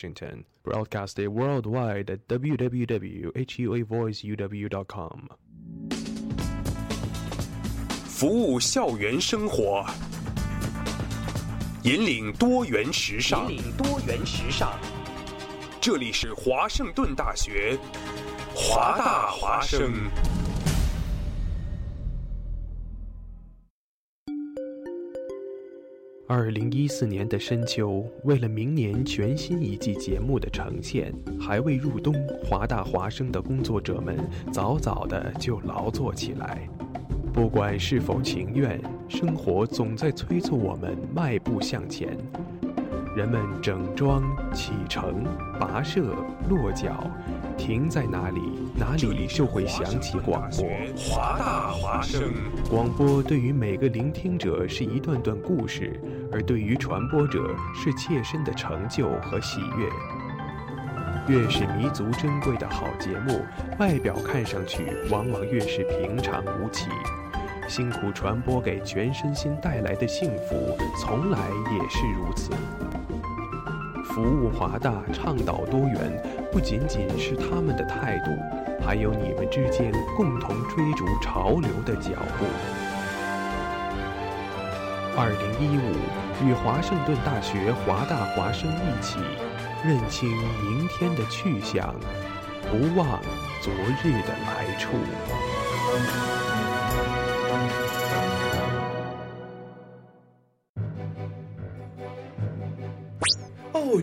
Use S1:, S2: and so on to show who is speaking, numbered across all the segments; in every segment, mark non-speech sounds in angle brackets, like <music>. S1: Washington, broadcasted worldwide at E www.huavoiceuw.com。
S2: 服务校园生活，引领多元时尚。
S3: 引领多元时尚。
S2: 这里是华盛顿大学，华大华生。
S1: 二零一四年的深秋，为了明年全新一季节目的呈现，还未入冬，华大华生的工作者们早早的就劳作起来。不管是否情愿，生活总在催促我们迈步向前。人们整装启程、跋涉、落脚，停在哪里，哪里就会响起广播。
S2: 华大华生，
S1: 广播对于每个聆听者是一段段故事，而对于传播者是切身的成就和喜悦。越是弥足珍贵的好节目，外表看上去往往越是平常无奇。辛苦传播给全身心带来的幸福，从来也是如此。服务华大，倡导多元，不仅仅是他们的态度，还有你们之间共同追逐潮流的脚步。二零一五，与华盛顿大学华大华生一起，认清明天的去向，不忘昨日的来处。
S4: 哦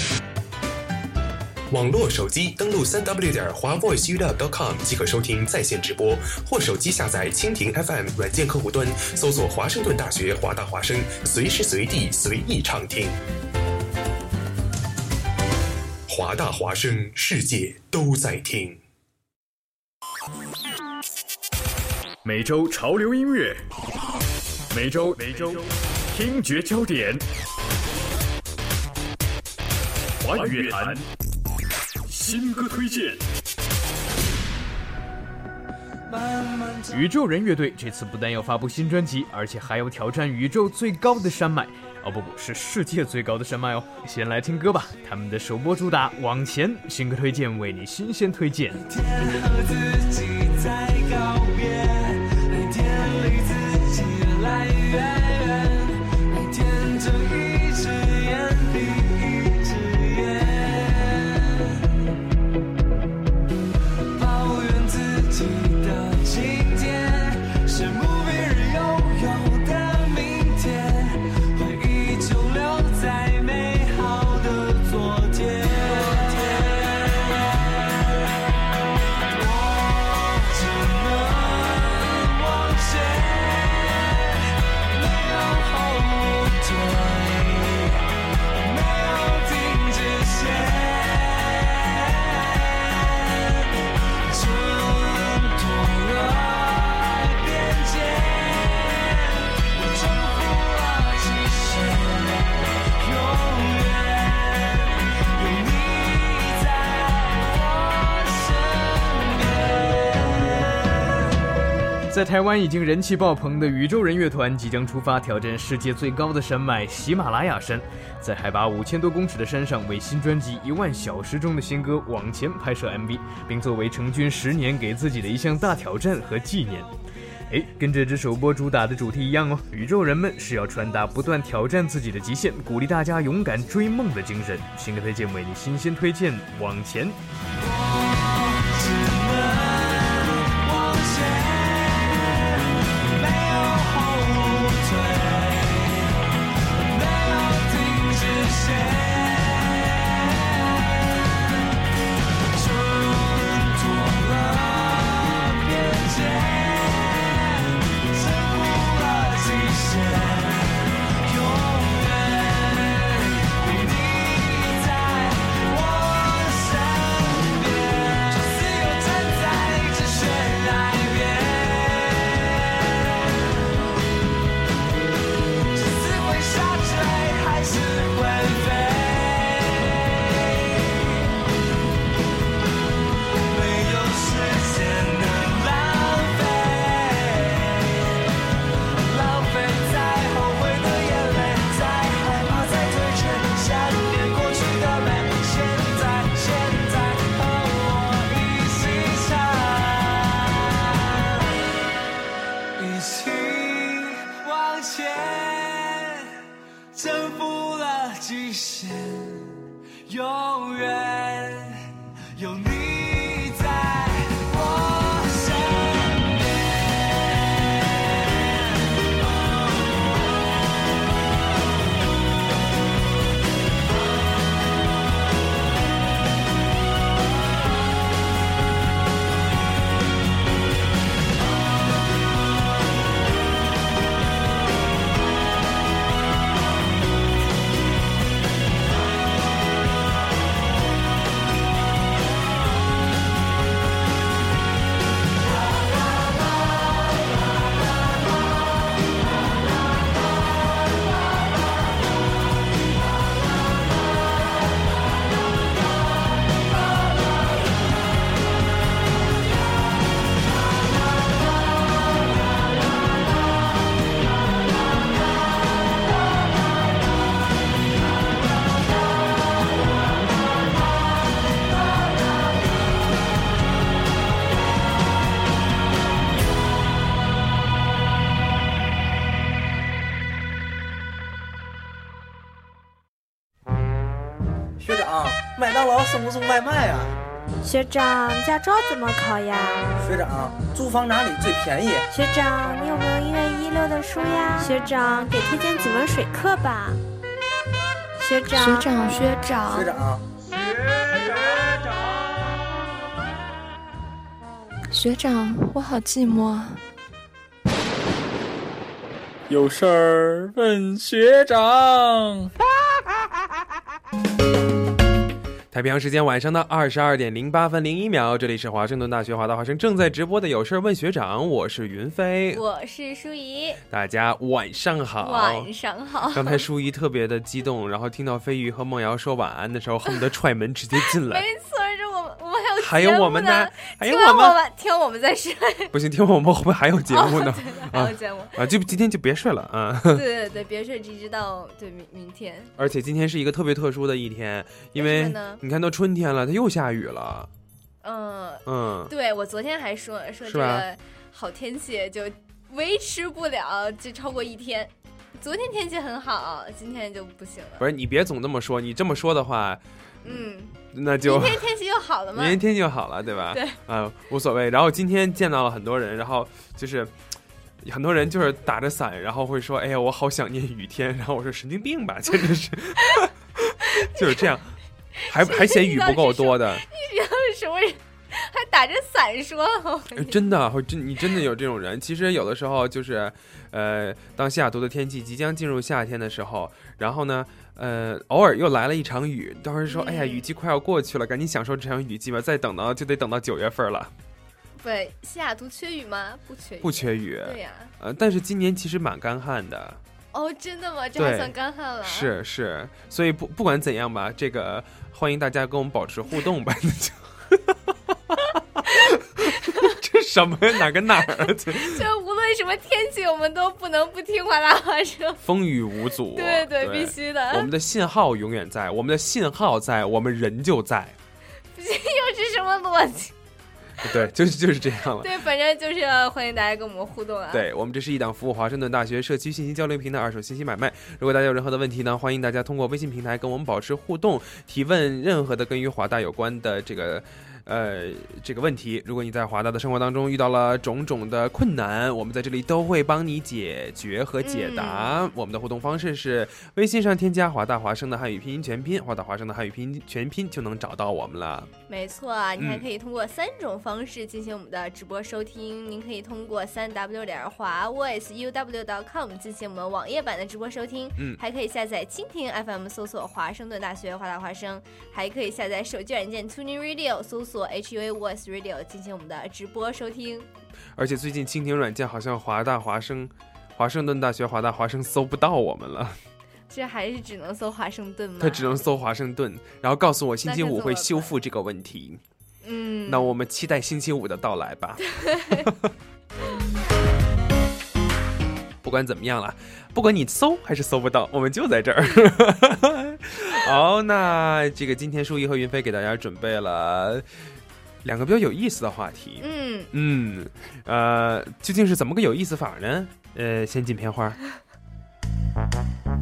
S2: 网络手机登录三 w 点华 voice u dot com 即可收听在线直播，或手机下载蜻蜓 FM 软件客户端，搜索华盛顿大学华大华声，随时随地随意畅听。华大华声，世界都在听。
S5: 每周潮流音乐，每周每周听觉焦点，华语乐坛新歌推荐。宇宙人乐队这次不但要发布新专辑，而且还要挑战宇宙最高的山脉。哦，不不是世界最高的山脉哦。先来听歌吧，他们的首播主打《往前》新歌推荐，为你新鲜推荐。
S6: 和自己在告别，每天离自己来越远，每天睁一只眼闭一只眼，抱怨自己的今天，羡慕别人拥有的明天，回忆就留在美好的昨天。只能往前，没有后退，没有停止线。挣脱了边界，我征服了极限，永远有你在我身边。
S5: 在台湾已经人气爆棚的宇宙人乐团即将出发挑战世界最高的山脉喜马拉雅山，在海拔五千多公尺的山上为新专辑《一万小时》中的新歌《往前》拍摄 MV，并作为成军十年给自己的一项大挑战和纪念。哎，跟这支首播主打的主题一样哦，宇宙人们是要传达不断挑战自己的极限，鼓励大家勇敢追梦的精神。新歌推荐为你新鲜推荐《往前》。
S6: 只能往前，没有后退，没有停止线，挣脱了边界，征服了极限，永远有你在我身边。
S2: 当劳送不送外卖啊？
S7: 学长，驾照怎么考呀？
S2: 学长，租房哪里最便宜？
S7: 学长，你有没有一月一六的书呀？学长，给推荐几门水课吧。学长，
S8: 学长，学长
S2: 学，长，
S8: 学长，我好寂寞啊。
S9: 有事儿问学长。
S5: 太平洋时间晚上的二十二点零八分零一秒，这里是华盛顿大学华大华生正在直播的《有事儿问学长》，我是云飞，
S10: 我是舒怡，
S5: 大家晚上好。
S10: 晚上好。
S5: 刚才舒怡特别的激动，然后听到飞鱼和梦瑶说晚安的时候，恨不得踹门直接进来。
S10: <laughs> 没错，这我们我们还有
S5: 还有
S10: 节目
S5: 我们呢，还
S10: 听
S5: 有哎我
S10: 完啊我
S5: 们，
S10: 们听我们哦在睡，
S5: 不行，听完我们后面还有节目呢、 <laughs>
S10: 还有节目。
S5: 啊！就今天就别睡了啊！
S10: 对对对，别睡，直直到对明明天。
S5: 而且今天是一个特别特殊的一天，因
S10: 为什
S5: 为
S10: 么哦呢
S5: 你看都春天了，它又下雨了，
S10: 嗯，
S5: 嗯。
S10: 对我昨天还说说
S5: 是
S10: 这
S5: 吧
S10: 个好天气就维持不了，就超过一天。昨天天气很好，今天就不行了。
S5: 不是你别总这么说，你这么说的话，
S10: 嗯，
S5: 那就
S10: 明
S5: <laughs>
S10: 天天气又好了吗
S5: 明？天天就好了，对吧？
S10: 对，
S5: 啊，无所谓。然后今天见到了很多人，然后就是很多人就是打着伞，然后会说：“哎呀，我好想念雨天。”然后我说：“神经病吧，简直是，就是这样，还还嫌雨不够多的，
S10: 什么 <laughs> 人还打着伞说？ <laughs>
S5: 哎真的会真你真的有这种人。其实有的时候就是，呃，当西雅图的天气即将进入夏天的时候，然后呢，呃，偶尔又来了一场雨，当时说：“哎呀，
S10: 嗯
S5: 雨季快要过去了，赶紧享受这场雨季吧。”再等到就得等到九月份了，
S10: 对，西雅图缺雨吗？不缺雨，
S5: 不缺雨。
S10: 对呀、
S5: 呃，但是今年其实蛮干旱的，
S10: 哦，真的吗？这还
S5: 对
S10: 算干旱了？，
S5: 是是，所以不不管怎样吧，这个欢迎大家跟我们保持互动吧。这什么呀？哪跟哪儿啊？这
S10: 就无论什么天气，我们都不能不听哗啦哗声。
S5: 风雨无阻。
S10: 对对，必。须的。
S5: 我们的信号永远在，我们的信号在，我们人就在。
S10: <laughs> 又是什么逻
S5: <laughs>
S10: 辑？
S5: 对，就是就是这样了。
S10: 对，反正就是要欢迎大家跟我们互动啊。，
S5: 对我们这是一档服务华盛顿大学社区信息交流平台二手信息买卖。如果大家有任何的问题呢，欢迎大家通过微信平台跟我们保持互动，提问任何的跟与华大有关的这个。呃，这个问题，如果你在华大的生活当中遇到了种种的困难，我们在这里都会帮你解决
S1: 嗯
S5: 和解答。啊我们的互动方式是微信上添加华大华生的汉语拼音全拼，华大华生的汉语拼音全拼就能找到我们了。
S10: 没错啊，你还
S5: 嗯
S10: 可以通过三种方式进行我们的直播收听。您可以通过三 w 点华 voiceuw.com 进行我们网页版的直播收听，
S5: 嗯
S10: 还可以下载蜻蜓 FM 搜索华盛顿大学华大华声，还可以下载手机软件 Tuning Radio 搜索 HUA Voice Radio 进行我们的直播收听。
S5: 而且最近蜻蜓软件好像华大华生、华盛顿大学华大华生搜不到我们了。
S10: 这还是只能搜华盛顿吗？
S5: 他只能搜华盛顿，然后告诉我星期五会
S10: 那该怎么办
S5: 修复这个问题。
S10: 嗯，
S5: 那我们期待星期五的到来吧。 <laughs> 不管怎么样了，不管你搜还是搜不到，我们就在这儿。 <laughs> 好，那这个今天舒怡和云飞给大家准备了两个比较有意思的话题。
S10: 嗯，
S5: 嗯，呃，究竟是怎么个有意思法呢？呃，先进片花。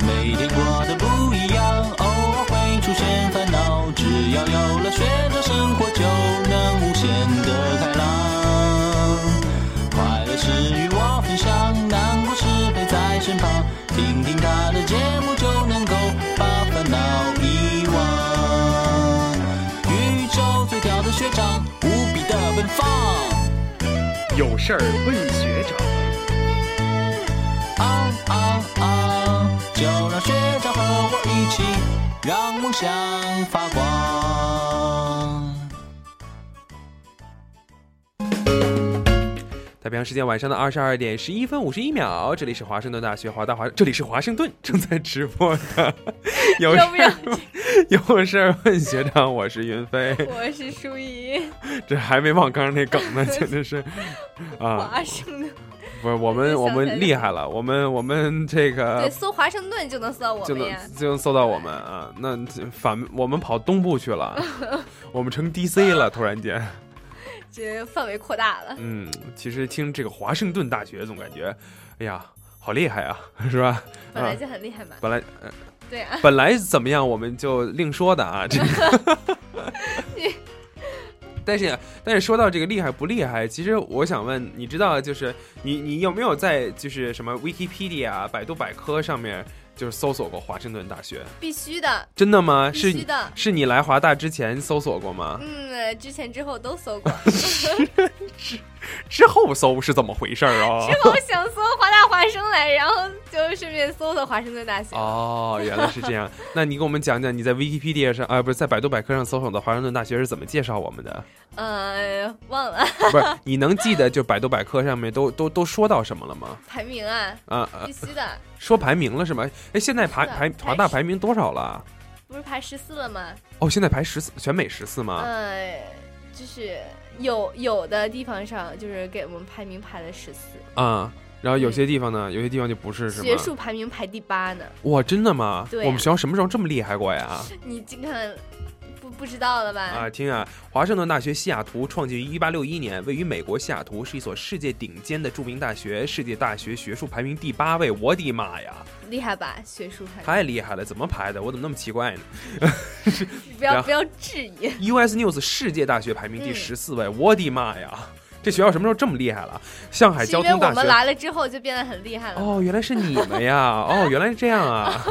S6: 每天过得不一样，偶尔会出现烦恼，只要有了学长，生活就能无限的开朗。快乐时与我分享，难过时陪在身旁，听听他的节目就能够把烦恼遗忘。宇宙最屌的学长，无比的奔放。
S1: 有事儿问学长。
S6: 啊啊啊！就让学长和我一起，让梦想发光。
S5: 太平洋时间晚上的二十二点十一分五十一秒，这里是华盛顿大学华大华，这里是华盛顿正在直播的，有事
S10: 要不要？
S5: 有事儿问学长，我是云飞，
S10: 我是舒怡，
S5: 这还没忘刚刚那梗呢，简直是啊！
S10: 华盛顿。
S5: 不是我们我们厉害了，我们我们这
S10: 对，
S5: 个
S10: 搜华盛顿就能搜到我
S5: 就
S10: 们呀。
S5: 能就能搜到我们啊，那反我们跑东部去
S10: <laughs>
S5: 了，我们成 DC 了，突然间。
S10: 这范围扩大了。
S5: 嗯，其实听这个华盛顿大学总感觉，哎呀，好厉害啊，是吧？
S10: 本
S5: 啊
S10: 来，就很厉害嘛。
S5: 本来
S10: 对啊， <laughs>
S5: 本来怎么样我们就另说的啊，这个 <laughs>
S1: 但是，但是说到这个厉害不厉害，其实我想问，你知道就是你你有没有在就是什么 Wikipedia、百度百科上面就是搜索过华盛顿大学？
S10: 必须的，
S1: 真的吗？
S10: 必
S1: 是
S10: 须的。
S1: 是你来华大之前搜索过吗？
S10: 嗯，之前之后都搜过， <laughs>
S1: 之后搜是怎么回事儿
S10: <laughs>
S1: 啊？
S10: 之后想搜华大华生来，然后就顺便搜的华盛顿大学。
S1: 哦，原来是这
S10: <laughs>
S1: 样。那你给我们讲讲你在 Wikipedia 上啊，不是在百度百科上搜索的华盛顿大学是怎么介绍我们的？ <laughs>
S10: 呃，忘了
S1: 不是，你能记得就百度百科上面都都都说到什么了吗？
S10: 排名啊，
S1: 啊、呃
S10: 必须的，
S1: 说排名了是吗？哎，现在排
S10: 是的
S1: 排
S10: 排
S1: 华大
S10: 十
S1: 排名多少了？
S10: 不是排十四了吗？
S1: 哦，现在排十四，全美十四吗？
S10: 呃，就是有有的地方上就是给我们排名排了十四，
S1: 啊、然后有些地方呢，有些地方就不是是
S10: 嗯学术
S1: 吗？
S10: 排名排第八呢。
S1: 哇，真的吗？
S10: 对啊
S1: 我们学校什么时候这么厉害过呀？
S10: 你这看不不知道了吧？
S1: 啊，听啊，华盛顿大学西雅图创建于一八六一年，位于美国西雅图，是一所世界顶尖的著名大学，世界大学学术排名第八位。我的妈呀，
S10: 厉害吧？学术排名，
S1: 太厉害了！怎么排的？我怎么那么奇怪呢
S10: 你不
S1: 然
S10: 要
S1: 后
S10: 不要质疑。
S1: ？U.S. News 世界大学排名第
S10: 嗯
S1: 十四位。我的妈呀，这学校什么时候这么厉害了？上海
S10: 是因
S1: 哎交
S10: 为
S1: 通
S10: 我
S1: 大
S10: 们
S1: 学。
S10: 来了之后就变得很厉害了。
S1: 哦，原来是你们呀！哦，原来是这样啊！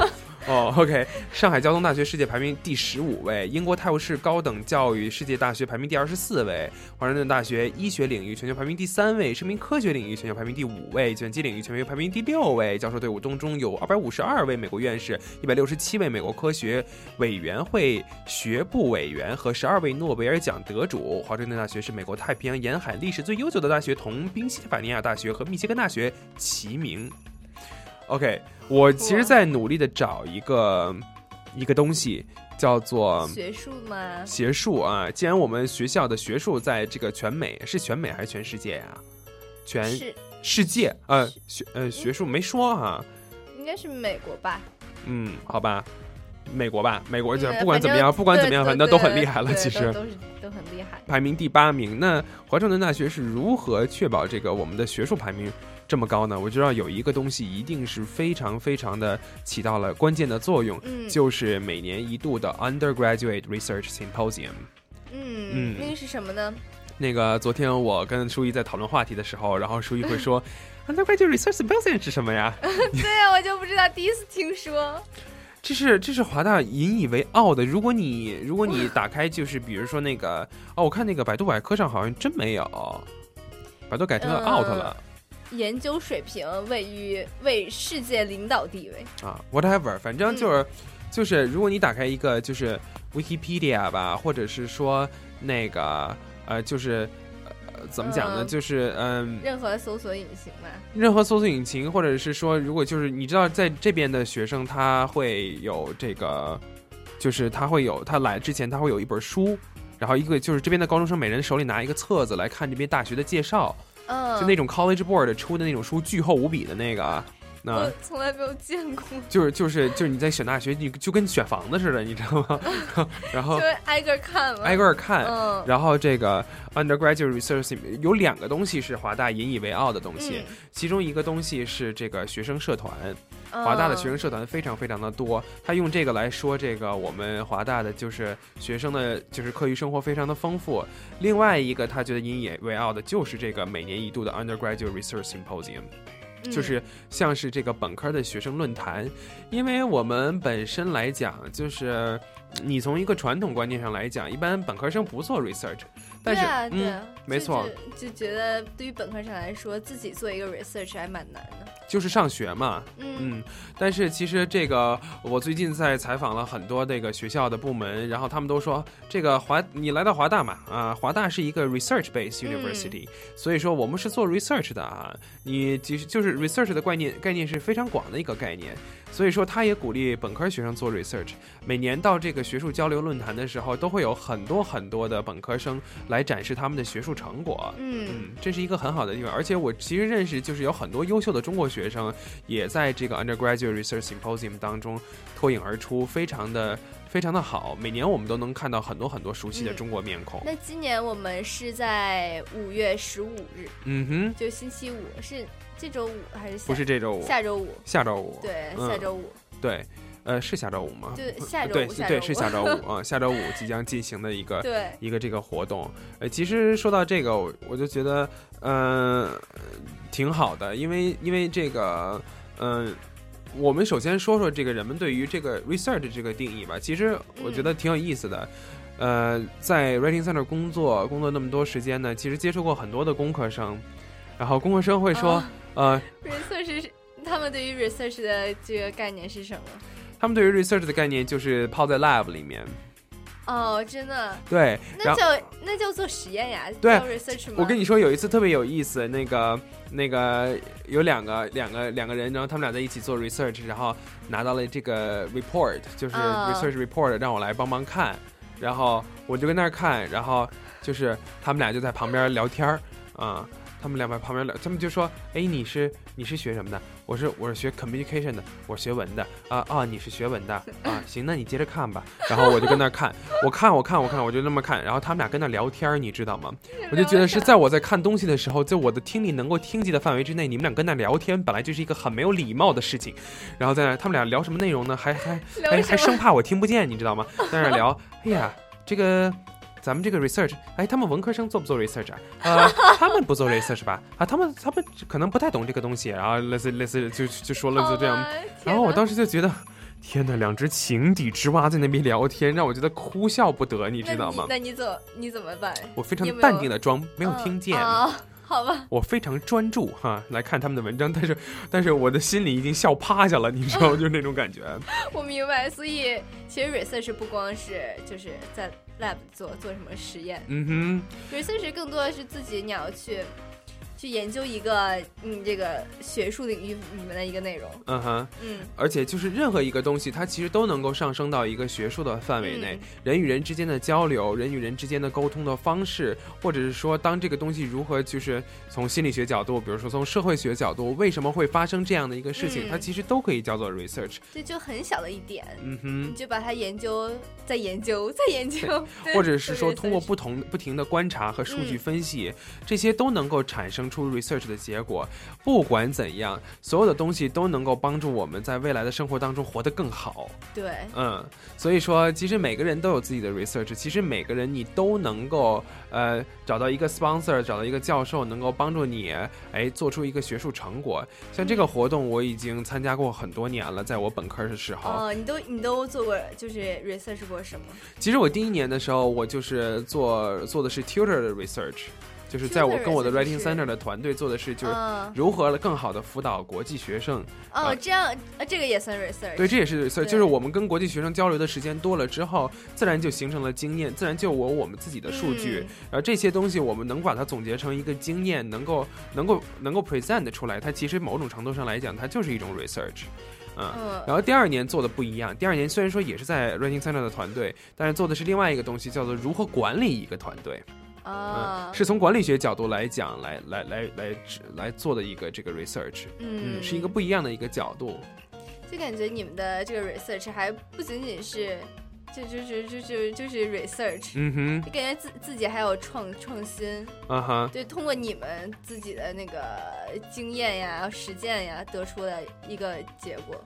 S1: 哦，OK，上海交通大学世界排名第十五位，英国泰晤士高等教育世界大学排名第二十四位，华盛顿大学医学领域全球排名第三位，生命科学领域全球排名第五位，计算机领域全球排名第六位。教授队伍当中有二百五十二位美国院士，一百六十七位美国科学委员会学部委员和十二位诺贝尔奖得主。华盛顿大学是美国太平洋沿海历史最悠久的大学，同宾夕法尼亚大学和密歇根大学齐名。OK，我其实
S10: 哇
S1: 在努力的找一个一个东西，叫做
S10: 学术嘛，
S1: 学术啊。既然我们学校的学术在这个全美是全美还是全世界呀、全
S10: 是
S1: 世界呃学呃学术没说啊哈、
S10: 应该是美国吧？
S1: 嗯，好吧，美国吧，美国就
S10: 嗯
S1: 不管怎么样，
S10: 反正
S1: 不管怎么样，
S10: 对
S1: 反正
S10: 对
S1: 都很厉害
S10: 对
S1: 了。其
S10: 都
S1: 实
S10: 都是都很厉害。
S1: 排名第八名，那华盛顿大学是如何确保这个我们的学术排名这么高呢？我知道有一个东西一定是非常非常的起到了关键的作用，
S10: 嗯
S1: 就是每年一度的 Undergraduate Research Symposium。
S10: 嗯
S1: 嗯，
S10: 那个是什么呢？
S1: 那个昨天我跟舒怡在讨论话题的时候，然后舒怡会说 Undergraduate Research Symposium 是什么呀？
S10: 对呀，我就不知道，第一次听说。
S1: 这是这是华大引以为傲的。如果你如果你打开就是比如说那个哦，我看那个百度百科上好像真没有，百度百科
S10: 嗯
S1: out 了、
S10: 研究水平位于为世界领导地位，
S1: 啊，whatever，反正就是、就是如果你打开一个就是 Wikipedia 吧，或者是说那个呃就是。呃怎么讲呢？
S10: 嗯
S1: 就是嗯，
S10: 任何搜索引擎嘛。
S1: 任何搜索引擎，或者是说，如果就是你知道，在这边的学生他会有这个，就是他会有他来之前他会有一本书，然后一个就是这边的高中生每人手里拿一个册子来看这边大学的介绍，
S10: 嗯，
S1: 就那种 College Board 出的那种书，巨厚无比的那个啊，那
S10: 我。从来没有见过，
S1: 就是就是就是你在选大学，你就跟选房子似的，你知道吗？ <laughs> 然后
S10: <laughs> 就挨个看嘛。
S1: 哦挨个儿看，
S10: 嗯
S1: 然后这个 undergraduate research 里面有两个东西是华大引以为傲的东西，
S10: 嗯
S1: 其中一个东西是这个学生社团，
S10: 嗯
S1: 华大的学生社团非常非常的多，他用这个来说这个我们华大的就是学生的就是课余生活非常的丰富。另外一个他觉得引以为傲的就是这个每年一度的 undergraduate research symposium。
S10: 嗯
S1: 就是像是这个本科的学生论坛，因为我们本身来讲，就是你从一个传统观念上来讲，一般本科生不做 research，但是、
S10: 对啊，对
S1: 嗯，
S10: 啊，就
S1: 没错，
S10: 就就觉得对于本科生来说，自己做一个 research 还蛮难的。
S1: 就是上学嘛，
S10: 嗯
S1: 嗯，但是其实这个，我最近在采访了很多这个学校的部门，然后他们都说，这个华你来到华大嘛，啊，华大是一个 research based
S10: 嗯
S1: university，、所以说我们是做 research 的啊，你其实就是 research 的概念概念是非常广的一个概念，所以说他也鼓励本科学生做 research。每年到这个学术交流论坛的时候，都会有很多很多的本科生来展示他们的学术成果，
S10: 嗯
S1: 嗯，这是一个很好的地方，而且我其实认识就是有很多优秀的中国学生，也在这个 undergraduate research symposium 当中脱颖而出，非常的非常的好。每年我们都能看到很多很多熟悉的
S10: 嗯
S1: 中国面孔。
S10: 那今年我们是在五月十五日，
S1: 嗯哼，
S10: 就星期五，是这周五还是下
S1: 不是这周五，
S10: 下周五？
S1: 下周五。
S10: 对，
S1: 嗯
S10: 下周五。
S1: 对，
S11: 呃，是下周五吗？
S10: 对下周五
S11: 对
S10: 下周
S11: 对
S10: 五
S11: 是下周五
S1: 嗯
S11: 啊，下周五即将进行的一个
S10: 对
S11: 一个这个活动。呃，其实说到这个，我我就觉得，嗯、挺好的，因为因为这个，嗯、我们首先说说这个人们对于这个 research 这个定义吧。其实我觉得挺有意思的。呃，在 Writing Center 工作工作那么多时间呢，其实接触过很多的工科生，然后工科生会说，
S10: 啊
S11: 呃，
S10: research 是他们对于 research 的这个概念是什么？
S11: 他们对于 research 的概念就是泡在 lab 里面，
S10: 哦，真的，
S11: 对，
S10: 那
S11: 然后。
S10: 叫那叫做实验呀，
S11: 对
S10: 叫 research 吗？
S11: 我跟你说，有一次特别有意思，那个那个有两个两个两个人，然后他们俩在一起做 research，然后拿到了这个 report，就是
S10: 嗯
S11: research report，让我来帮忙看，然后我就跟那儿看，然后就是他们俩就在旁边聊天儿，啊、他们俩在旁边聊，他们就说，哎，你是你是学什么的？我是我是学 communication 的，我是学文的啊啊，你是学
S10: <laughs>
S11: 文的啊，行，那你接着看吧。然后我就跟那儿看，我看我看我看，我就那么看，然后他们俩跟那儿聊天儿，你知
S10: <laughs>
S11: 道吗？我就觉得是在我在看东西的时候，在我的听力能够听及的范围之内，你们俩跟那聊天，本来就是一个很没有礼貌的事情。然后在那他们俩聊什么内容呢？还还
S10: <laughs> 聊
S11: 还
S10: 什
S11: 还
S10: 么
S11: 生怕我听不见，你知道吗？在那聊，哎呀，这个。咱们这个 research，哎，他们文科生做不做 research 啊？呃，他们不做 research 吧？啊，他们他们可能不太懂这个东西，然后类似类似就就说类似这样
S10: 好吧，
S11: 然后我
S10: 哦天哪
S11: 当时就觉得，天哪，两只情敌之蛙在那边聊天，让我觉得哭笑不得，你知道吗？
S10: 那你那你怎么你怎么办？
S11: 我非常
S10: 你有没有
S11: 淡定的装没有听见，
S10: 啊、好吧，
S11: 我非常专注哈来看他们的文章，但是但是我的心里已经笑趴下了，你知道吗？ <laughs> 就是那种感觉。
S10: 我明白。所以其实 research 不光是就是在 lab 做做什么实验
S11: 嗯
S10: ，research 更多的是自己你要去去研究一个你这个学术领域里面的一个内容
S11: 哼，。嗯哼。
S10: 嗯，
S11: 而且就是任何一个东西，它其实都能够上升到一个学术的范围内，
S10: 嗯
S11: 人与人之间的交流，人与人之间的沟通的方式，或者是说，当这个东西如何就是从心理学角度，比如说从社会学角度，为什么会发生这样的一个事
S10: 嗯
S11: 情，它其实都可以叫做 research。
S10: 这就很小的一点，
S11: 嗯哼
S10: 你。就把它研究，再研究，再研究，对
S11: 或者是说
S10: 做 research
S11: 通过不同不停的观察和数据
S10: 嗯
S11: 分析，这些都能够产生出 research 的结果。不管怎样，所有的东西都能够帮助我们在未来的生活当中活得更好。
S10: 对，
S11: 嗯，所以说，其实每个人都有自己的 research，其实每个人你都能够呃找到一个 sponsor，找到一个教授，能够帮助你哎做出一个学术成果。像这个活动，我已经参加过很多年了，在我本科的时候。
S10: 哦，你都你都做过就是 research 过什么？
S11: 其实我第一年的时候，我就是做做的是 tutor 的 research，就是在
S10: Tutor
S11: 我跟我的
S10: research
S11: writing
S10: 是
S11: center 的团队做的是，就是
S10: 嗯
S11: 如何更好的辅导国际学生。
S10: 哦，
S11: 啊
S10: 这样，呃，这个也算 research。
S11: 对，这也是 research，
S10: 对
S11: 就是我们跟国际学生交流的时间多了之后，自然就形成了经验，自然就有我们自己的数据
S10: 嗯，
S11: 然后这些东西我们能把它总结成一个经验，能够能够能够 present 出来。它其实某种程度上来讲，它就是一种 research。嗯，
S10: 嗯
S11: 然后第二年做的不一样，第二年虽然说也是在 Writing Center 的团队，但是做的是另外一个东西，叫做如何管理一个团队。
S10: 啊，
S11: 嗯，是从管理学角度来讲，来来来来来做的一个这个 research。
S10: 嗯
S11: 是一个不一样的一个角度。
S10: 就感觉你们的这个 research 还不仅仅是，就就就就就就是 research，、
S11: 嗯
S10: 就感觉自自己还有创创新，
S11: 哼，啊哈。
S10: 对，通过你们自己的那个经验呀、实践呀，得出的一个结果。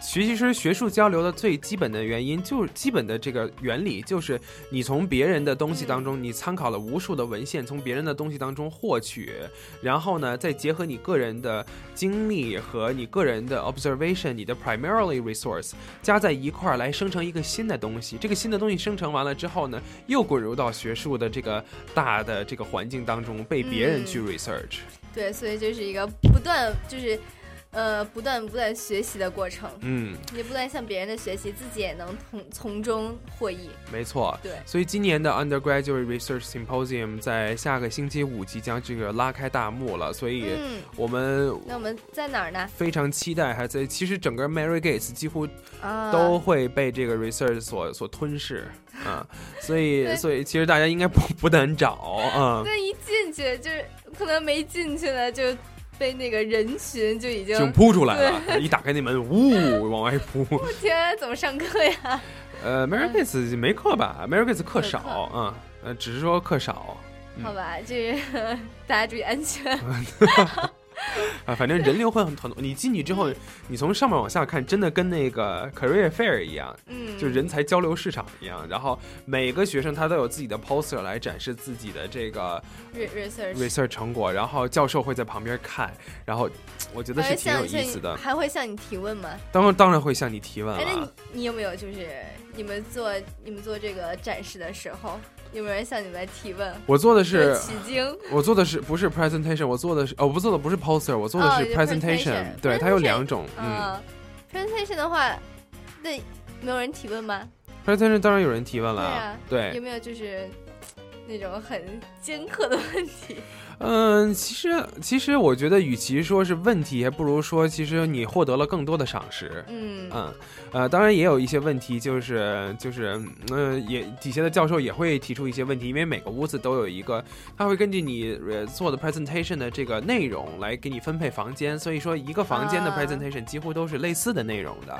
S11: 其实学术交流的最基本的原因，就是基本的这个原理，就是你从别人的东西当中，你参考了无数的文献，从别人的东西当中获取，然后呢，再结合你个人的经历和你个人的 observation，你的 primarily resource 加在一块儿来生成一个新的东西。这个新的东西生成完了之后呢，又滚入到学术的这个大的这个环境当中，被别人去 research。
S10: 对，所以就是一个不断就是，呃，不断不断学习的过程，
S11: 嗯，
S10: 也不断向别人的学习，自己也能从从中获益。
S11: 没错。
S10: 对，
S11: 所以今年的 Undergraduate Research Symposium 在下个星期五即将这个拉开大幕了，所以
S10: 嗯，
S11: 我们
S10: 那我们在哪儿呢？
S11: 非常期待，还在其实整个 Mary Gates 几乎
S10: 啊，
S11: 都会被这个 research 所所吞噬啊，所以
S10: <laughs> 对
S11: 所以其实大家应该不 <laughs> 不难找啊，
S10: 那一进去就是可能没进去呢，就被那个人群就已经
S11: 就扑出来了，一打开那门，呜往外扑。 <laughs>
S10: 天怎么上课呀？
S11: 呃，Mary Gates 没课吧？Mary Gates 课
S10: 没
S11: 少
S10: 课
S11: 啊，呃，只是说课少。
S10: <laughs>
S11: 嗯
S10: 好吧，这大家注意安全。
S11: 啊，反正人流会很很多。你进去之
S10: 嗯
S11: 后，你从上面往下看，真的跟那个 career fair 一样，
S10: 嗯
S11: 就人才交流市场一样。然后每个学生他都有自己的 poster 来展示自己的这个
S10: re research。
S11: research 成果，然后教授会在旁边看，然后我觉得
S10: 还
S11: 是
S10: 会
S11: 挺有
S10: 向
S11: 意思
S10: 向
S11: 的啊
S10: 你。还会向你提问吗？
S11: 当然当然会向你提问啊
S10: 哎，那你
S11: 了。
S10: 你有没有就是你们做你们做这个展示的时候，有没有人向你们提问？
S11: 我做的
S10: 就是起惊，
S11: 我做的是不是 presentation？我做的是哦，我不做的不是 poster，我做的
S10: 哦
S11: 是
S10: 就
S11: presentation。
S10: presentation
S11: 对，它有两种，嗯
S10: 嗯，presentation 的话，那没有人提问吗？
S11: ，presentation 当然有人提问了啊，
S10: 有
S11: 对，
S10: 没有就是那种很尖刻的问题？
S11: 嗯，其实其实我觉得，与其说是问题，还不如说其实你获得了更多的赏识。
S10: 嗯
S11: 嗯，呃，当然也有一些问题，就是就是，嗯、也底下的教授也会提出一些问题，因为每个屋子都有一个，他会根据你呃做的 presentation 的这个内容来给你分配房间，所以说一个房间的
S10: 啊
S11: presentation 几乎都是类似的内容的，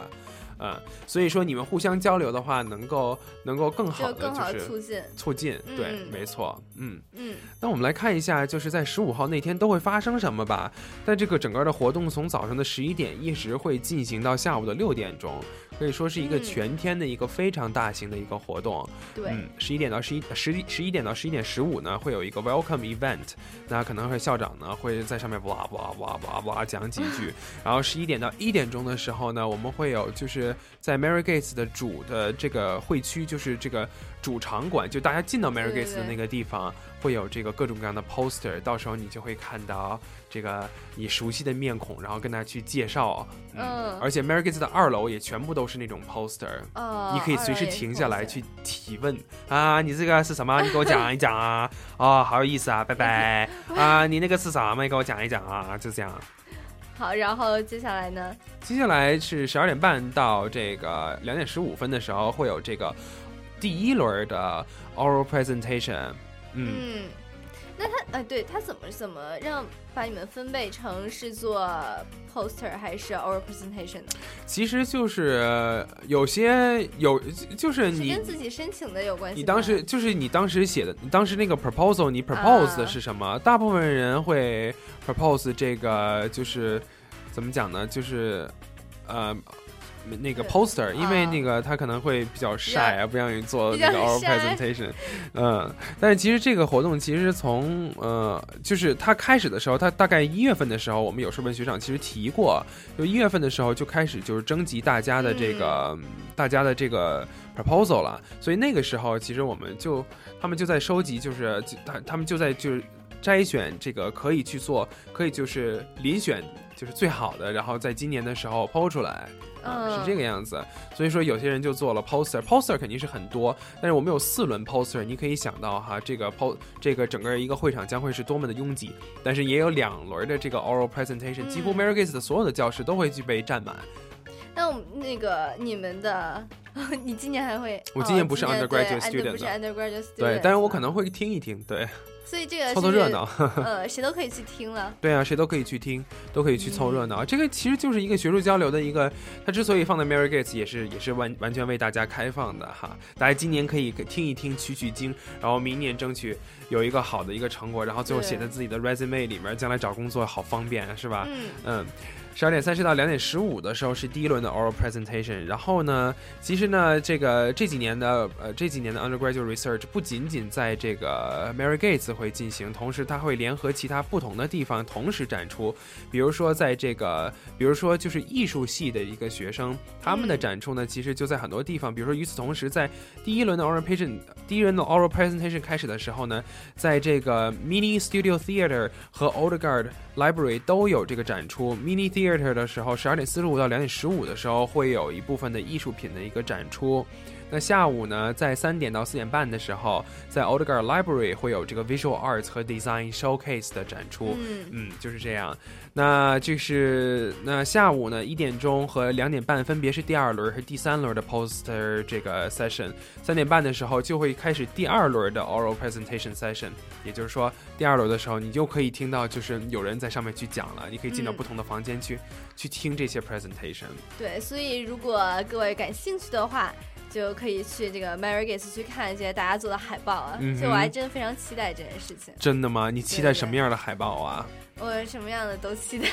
S11: 嗯、所以说你们互相交流的话，能够能够更好
S10: 就
S11: 的
S10: 更好
S11: 就
S10: 促
S11: 是
S10: 进。
S11: 促进，对，
S10: 嗯
S11: 没错，嗯。
S10: 嗯，
S11: 那我们来看一下，就是在十五号那天都会发生什么吧。在这个整个的活动从早上的十一点一直会进行到下午的六点钟，可以说是一个
S10: 嗯
S11: 全天的一个非常大型的一个活动。
S10: 对，
S11: 嗯，十一点到十一十十一点到十一点十五呢，会有一个 welcome event，那可能会校长呢会在上面哇哇哇哇哇讲几句，然后十一点到一点钟的时候呢，我们会有就是在 Mary Gates 的主的这个会区，就是这个主场馆，就大家进到
S10: 对
S11: Mary
S10: 对
S11: Gates 的
S10: 对
S11: 那个地方，会有这个各种各样的 poster，到时候你就会看到这个你熟悉的面孔，然后跟大家去介绍，
S10: 嗯
S11: 而且 Mary Gates 的二楼也全部都是那种 poster，
S10: 哦，
S11: 你可以
S10: 二
S11: 随
S10: 楼
S11: 时
S10: 也是
S11: 停
S10: 空
S11: 下来
S10: 闲
S11: 去提问啊，你这个是什么？你给我讲一讲啊！哦，好有意思啊，拜拜啊！你那个是什么？你给我讲一讲啊！就这样。
S10: 好，然后接下来呢？
S11: 接下来是十二点半到这个两点十五分的时候，会有这个第一轮的 oral presentation。嗯，
S10: 嗯，那他哎，对他怎么怎么让把你们分配成是做 poster 还是 oral presentation 呢？
S11: 其实就是有些有，就是
S10: 是
S11: 你
S10: 跟自啊己申请的有关系吗？
S11: 你当时就是你当时写的，你当时那个 proposal，你 propose
S10: 啊
S11: 的是什么？大部分人会 propose 这个就是怎么讲呢？就是呃。那个
S10: 对
S11: poster，因为
S10: 啊
S11: 那个他可能会比较晒啊，不愿意做
S10: 比
S11: 那
S10: 较
S11: 个
S10: <laughs>
S11: oral
S10: 晒
S11: presentation，嗯，但是其实这个活动其实从呃，就是它开始的时候，它大概一月份的时候，我们有事问学长其实提过，就一月份的时候就开始就是征集大家的这个、嗯大家的这个 proposal 了，所以那个时候其实我们就他们就在收集，就是就他他们就在就是筛选这个可以去做，可以就是遴选就是最好的，然后在今年的时候抛出来。啊，
S10: 嗯
S11: 是这个样子，所以说有些人就做了 poster，poster 肯定是很多，但是我们有四轮 poster，你可以想到哈，这个 po 这个整个一个会场将会是多么的拥挤，但是也有两轮的这个 oral presentation，几乎
S10: 嗯
S11: Mary Gates 的所有的教室都会去被占满。
S10: 那我们那个你们的，你今年还会？
S11: 我今年
S10: 哦
S11: 不是
S10: 对
S11: undergraduate
S10: 哎
S11: student
S10: 不是
S11: 的
S10: undergraduate student，
S11: 对，但是我可能会听一听，对，
S10: 所以这个
S11: 凑凑
S10: 就是
S11: 热，闹。
S10: 呃，谁都可以去听了。
S11: 对啊，谁都可以去听，都可以去凑热闹。这个其实就是一个学术交流的一个，它之所以放在 Mary Gates 也是也是完完全为大家开放的哈。大家今年可以听一听，取取经，然后明年争取有一个好的一个成果，然后最后
S10: 对
S11: 写在自己的 resume 里面，将来找工作好方便，是吧？
S10: 嗯，
S11: 嗯，十二点三十到两点十五的时候是第一轮的 oral presentation。然后呢，其实呢，这个这几年的呃这几年的 undergraduate research 不仅仅在这个 Mary Gates 会进行，同时它会联合其他不同的地方同时展出。比如说在这个，比如说就是艺术系的一个学生，他们的
S10: 嗯
S11: 展出呢，其实就在很多地方。比如说与此同时，在第一轮的 oral presentation 第一轮的 oral presentation 开始的时候呢，在这个 Mini Studio Theater 和 o l d g a r d Library 都有这个展出。Mini Theater 的时候，十二点四十五到两点十五的时候会有一部分的艺术品的一个展出。那下午呢，在三点到四点半的时候，在 o l d g a r d Library 会有这个 Visual Arts 和 Design Showcase 的展出。
S10: 嗯
S11: 嗯，就是这样。那就是那下午呢，一点钟和两点半分别是第二轮和第三轮的 poster 这个 session。三点半的时候就会开始第二轮的 oral presentation session，也就是说第二轮的时候你就可以听到就是有人在上面去讲了，你可以进到
S10: 嗯
S11: 不同的房间去、去听这些 presentation。
S10: 对，所以如果各位感兴趣的话，就可以去这个 Mary Gates 去看一些大家做的海报啊。
S11: 嗯哼
S10: 所以我还真非常期待这件事情。
S11: 真的吗？你期
S10: 对
S11: 待
S10: 对
S11: 什么样的海报啊？
S10: 我什么样的都期待，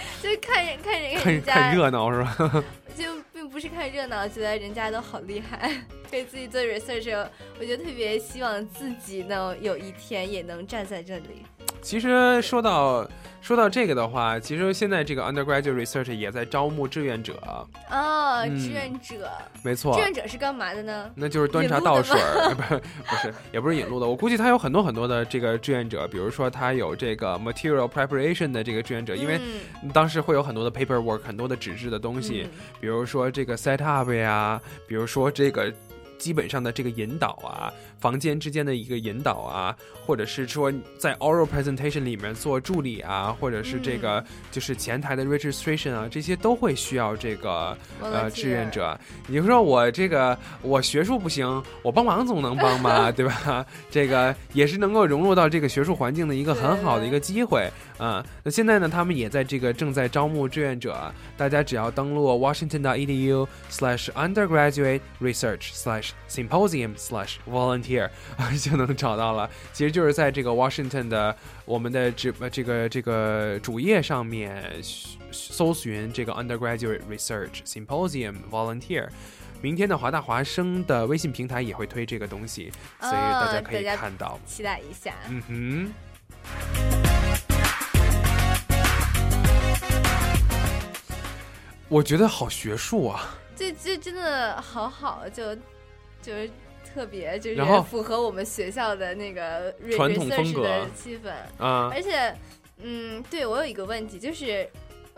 S10: <laughs> 就是看人看人
S11: 看
S10: 人家
S11: 看热闹是吧？
S10: 就并不是看热闹，觉得人家都好厉害， <laughs> 给自己做 research，我就特别希望自己能有一天也能站在这里。
S11: 其实说到说到这个的话，其实现在这个 undergraduate research 也在招募志愿者，
S10: 哦，
S11: 嗯
S10: 志愿者，
S11: 没错
S10: 志，愿者是干嘛的呢？
S11: 那就是端茶倒水儿， <laughs> 不是不是，也不是引路的。我估计他有很多很多的这个志愿者，比如说他有这个 material preparation 的这个志愿者，因为
S10: 嗯
S11: 当时会有很多的 paperwork，很多的纸质的东西，
S10: 嗯
S11: 比如说这个 set up 呀，比如说这个基本上的这个引导啊，房间之间的一个引导啊，或者是说在 oral presentation 里面做助理啊，或者是这
S10: 嗯
S11: 个就是前台的 registration 啊，这些都会需要这个
S10: Volunteer
S11: 呃志愿者。你说我这个我学术不行，我帮忙总能帮吧，对吧？这个也是能够融入到这个学术环境的一个很好的一个机会啊、那现在呢，他们也在这个正在招募志愿者，大家只要登录 washington.edu/undergraduate-research/symposium/volunteer <laughs> 就能找到了。其实就是在这个 Washington 的我们的这呃这个这个主页上面搜搜寻这个 undergraduate research symposium volunteer。明天的华大华生的微信平台也会推这个东西，所以大家可以
S10: 哦大家
S11: 看到。
S10: 期待一下。
S11: 嗯哼。我觉得好学术啊！
S10: 这这真的好好，就就是特别，就
S11: 然后
S10: 是符合我们学校的那个 re-
S11: 传统
S10: research
S11: 风格
S10: 的气氛。
S11: 啊，
S10: 而且，嗯，对我有一个问题，就是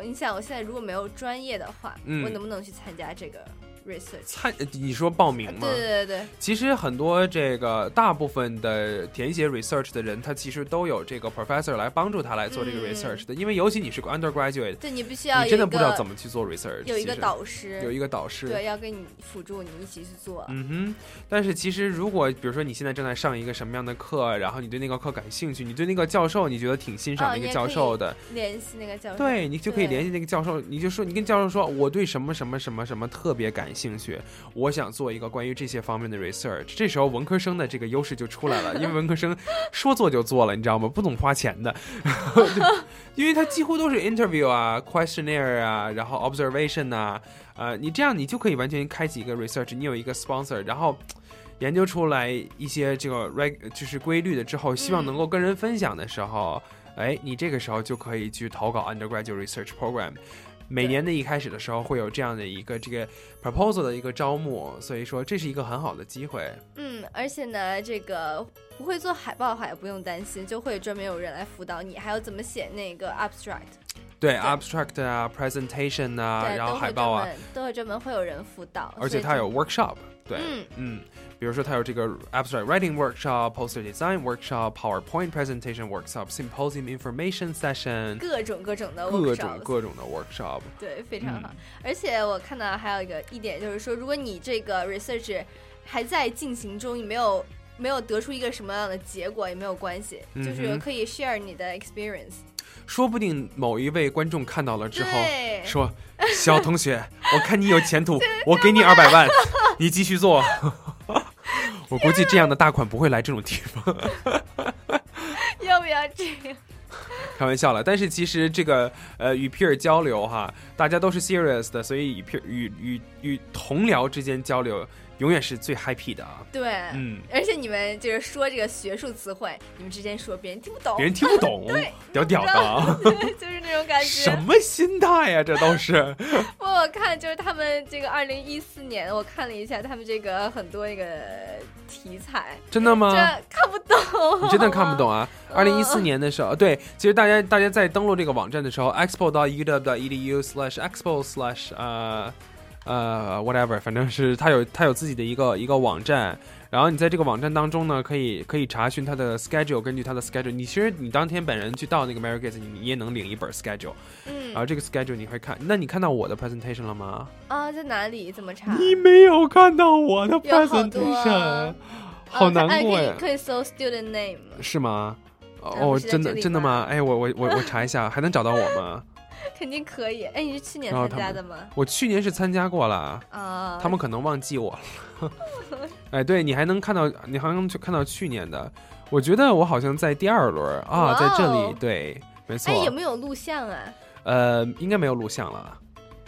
S10: 你想，我现在如果没有专业的话，
S11: 嗯
S10: 我能不能去参加这个 research？
S11: 参呃你说报名
S10: 啊
S11: 吗？
S10: 对对对对，
S11: 其实很多这个大部分的填写 research 的人，他其实都有这个 professor 来帮助他来做这个
S10: 嗯
S11: research 的，因为尤其你是个 undergraduate，
S10: 对你必须要有
S11: 你真的
S10: 一
S11: 不知道
S10: 个
S11: 怎么去做 research，
S10: 有一个
S11: 其实
S10: 导师，
S11: 有一个导师，
S10: 对，要跟你辅助你一起去做。
S11: 嗯哼，但是其实如果比如说你现在正在上一个什么样的课，然后你对那个课感兴趣，你对那个教授你觉得挺欣赏
S10: 啊
S11: 那个
S10: 你也
S11: 教
S10: 可以
S11: 授的，
S10: 联系那个教授，
S11: 对你就可以
S10: 对
S11: 联系那个教授，你就说你跟教授说，我对什么什么什么什么特别感兴趣，我想做一个关于这些方面的 research。这时候文科生的这个优势就出来了，因为文科生说做就做了，你知道吗？不怎么花钱的，因为他几乎都是 interview 啊、questionnaire 啊，然后 observation 呐、呃，你这样你就可以完全开启一个 research，你有一个 sponsor，然后。研究出来一些这个 reg 就是规律的之后，希
S10: 嗯
S11: 望能够跟人分享的时候，哎，你这个时候就可以去投稿 undergraduate research program。每年的一开始的时候会有这样的一个这个 proposal 的一个招募，所以说这是一个很好的机会。
S10: 嗯，而且呢，这个不会做海报的话也不用担心，就会专门有人来辅导你，还有怎么写那个 abstract，
S11: 对 abstract 啊，presentation 啊，
S10: 对，
S11: 然
S10: 都
S11: 后
S10: 会
S11: 海报啊
S10: 专，门，都会专门会有人辅导，
S11: 而且
S10: 他
S11: 它有 workshop，对，
S10: 嗯
S11: 比如说它有这个 abstract writing workshop、poster design workshop、PowerPoint presentation workshop、symposium information session，
S10: 各种各种的
S11: 各
S10: workshop，
S11: 种各嗯种的 workshop。
S10: 对，非常好。而且我看到还有一个一点就是说，如果你这个 research 还在进行中，你没有没有得出一个什么样的结果也没有关系，就是
S11: 嗯哼
S10: 可以 share 你的 experience。
S11: 说不定某一位观众看到了之后
S10: 对
S11: 说：“小同学，我看你有前途，我给你二百万，你继续做。”我估计这样的大款不会来这种地方，
S10: 要不要这样？
S11: 开玩笑了。但是其实这个呃，与 peer 交流哈，大家都是 serious 的，所以与 peer 与与与同僚之间交流，永远是最 happy 的啊。
S10: 对，
S11: 嗯，
S10: 而且你们就是说这个学术词汇，你们之间说别人听不懂，
S11: 别人听不懂，屌屌的啊，
S10: <laughs> 就是那种感
S11: 什
S10: 觉。
S11: 么心态呀、这都是。
S10: 我看就是他们这个二零一四年，我看了一下他们这个很多那个题材，
S11: 真的吗？
S10: 这看不懂，
S11: 你真的看不懂啊！二
S10: 嗯
S11: 零一四年的时候，哦对，其实大家大家在登录这个网站的时候，expo 到 u w 到 edu slash expo slash 呃呃 whatever，反正是它有它有自己的一个一个网站。然后你在这个网站当中呢，可以可以查询它的 schedule，根据它的 schedule，你其实你当天本人去到那个 Mary Gates，你你也能领一本 schedule，
S10: 嗯
S11: 然后这个 schedule 你会看。那你看到我的 presentation 了吗？
S10: <laughs> 啊，在哪里？怎么查？
S11: 你没有看到我的
S10: 有好多
S11: presentation，
S10: 啊
S11: 好
S10: 啊
S11: 难
S10: 哎
S11: 过
S10: 可
S11: 呀
S10: 以！可以搜 student name，
S11: 是吗？
S10: 不
S11: 哦，
S10: 是在
S11: 真
S10: 这
S11: 的
S10: 里
S11: 真的
S10: 吧
S11: 吗？哎，我我我我查一下，还能找到我吗？
S10: 肯定可以。哎，你是去年
S11: 然后
S10: 参
S11: 他们
S10: 加的吗？
S11: 我去年是参加过了，
S10: 啊，
S11: 他们可能忘记我了。 <laughs> 哎，对你还能看到，你还能去看到去年的。我觉得我好像在第二轮啊，
S10: 哇哦
S11: 在这里，对，没错。
S10: 哎，有没有录像啊？
S11: 呃，应该没有录像了。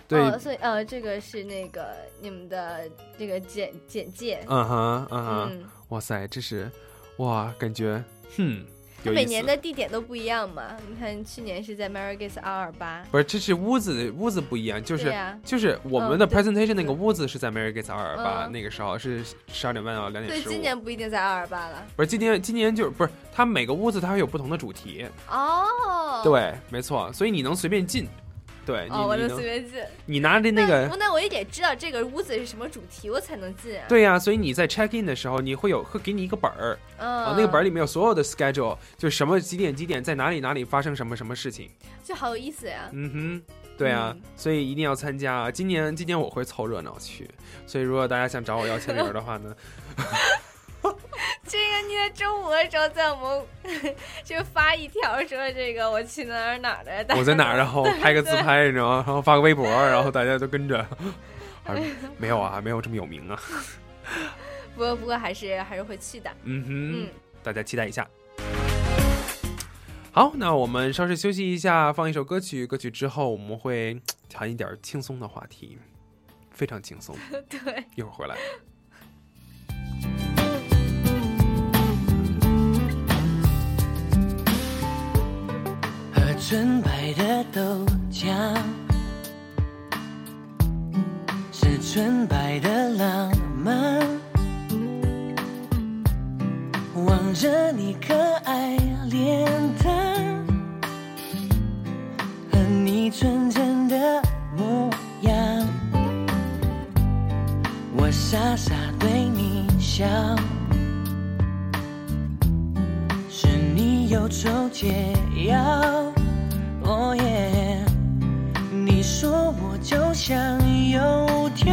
S11: 对，
S10: 哦、所以呃，这个是那个你们的这个简简介。
S11: 嗯哼，嗯哼
S10: 嗯，
S11: 哇塞，这是哇，感觉哼，有意
S10: 每
S11: 思
S10: 年的地点都不一样嘛，你看去年是在 Mary Gates 二二八，
S11: 不是，这是屋子屋子不一样，就是、
S10: 对呀
S11: 就是我们
S10: 嗯
S11: 的
S10: 对
S11: presentation 那个屋子是在 Mary Gates 二二八
S10: 嗯
S11: 那个时候是十二点半到两
S10: 所
S11: 点
S10: 以
S11: 十五。
S10: 今年不一定在二二八了。
S11: 不是今年，今年就是不是它每个屋子它会有不同的主题，
S10: 哦，，
S11: 对，没错，所以你能随便进，对你、
S10: 哦，我
S11: 你
S10: 就随
S11: 能
S10: 便进。
S11: 你拿着那个
S10: 那，那我也得知道这个屋子是什么主题，我才能进啊。，
S11: 对呀、所以你在 check in 的时候你会有会给你一个本儿，
S10: 嗯，
S11: 啊、那个本儿里面有所有的 schedule，就是什么几点几点在哪里哪里发生什么什么事情。
S10: 就好有意思呀。
S11: 嗯哼，对啊，
S10: 嗯
S11: 所以一定要参加啊！今年今年我会凑热闹去，所以如果大家想找我要签名儿的话
S10: <laughs>
S11: 呢，
S10: 这个你在中午的时候在我们 <laughs> 就发一条说这个我去哪儿哪儿的，大家
S11: 我在哪儿，然后拍个自拍，你知道吗？然后发个微博，然后大家都跟着。啊没有啊，没有这么有名啊。
S10: <laughs> 不过不过还是还是会去的。
S11: 嗯哼，
S10: 嗯
S11: 大家期待一下。好，那我们稍事休息一下，放一首歌曲。歌曲之后，我们会谈一点儿轻松的话题，非常轻松。
S10: 对，
S11: 一会儿回来。
S6: 喝纯白的豆浆，是纯白的浪漫。望着你可爱脸蛋，和你纯真的模样，我傻傻对你笑，是你忧愁解药。哦耶！你说我就像油条，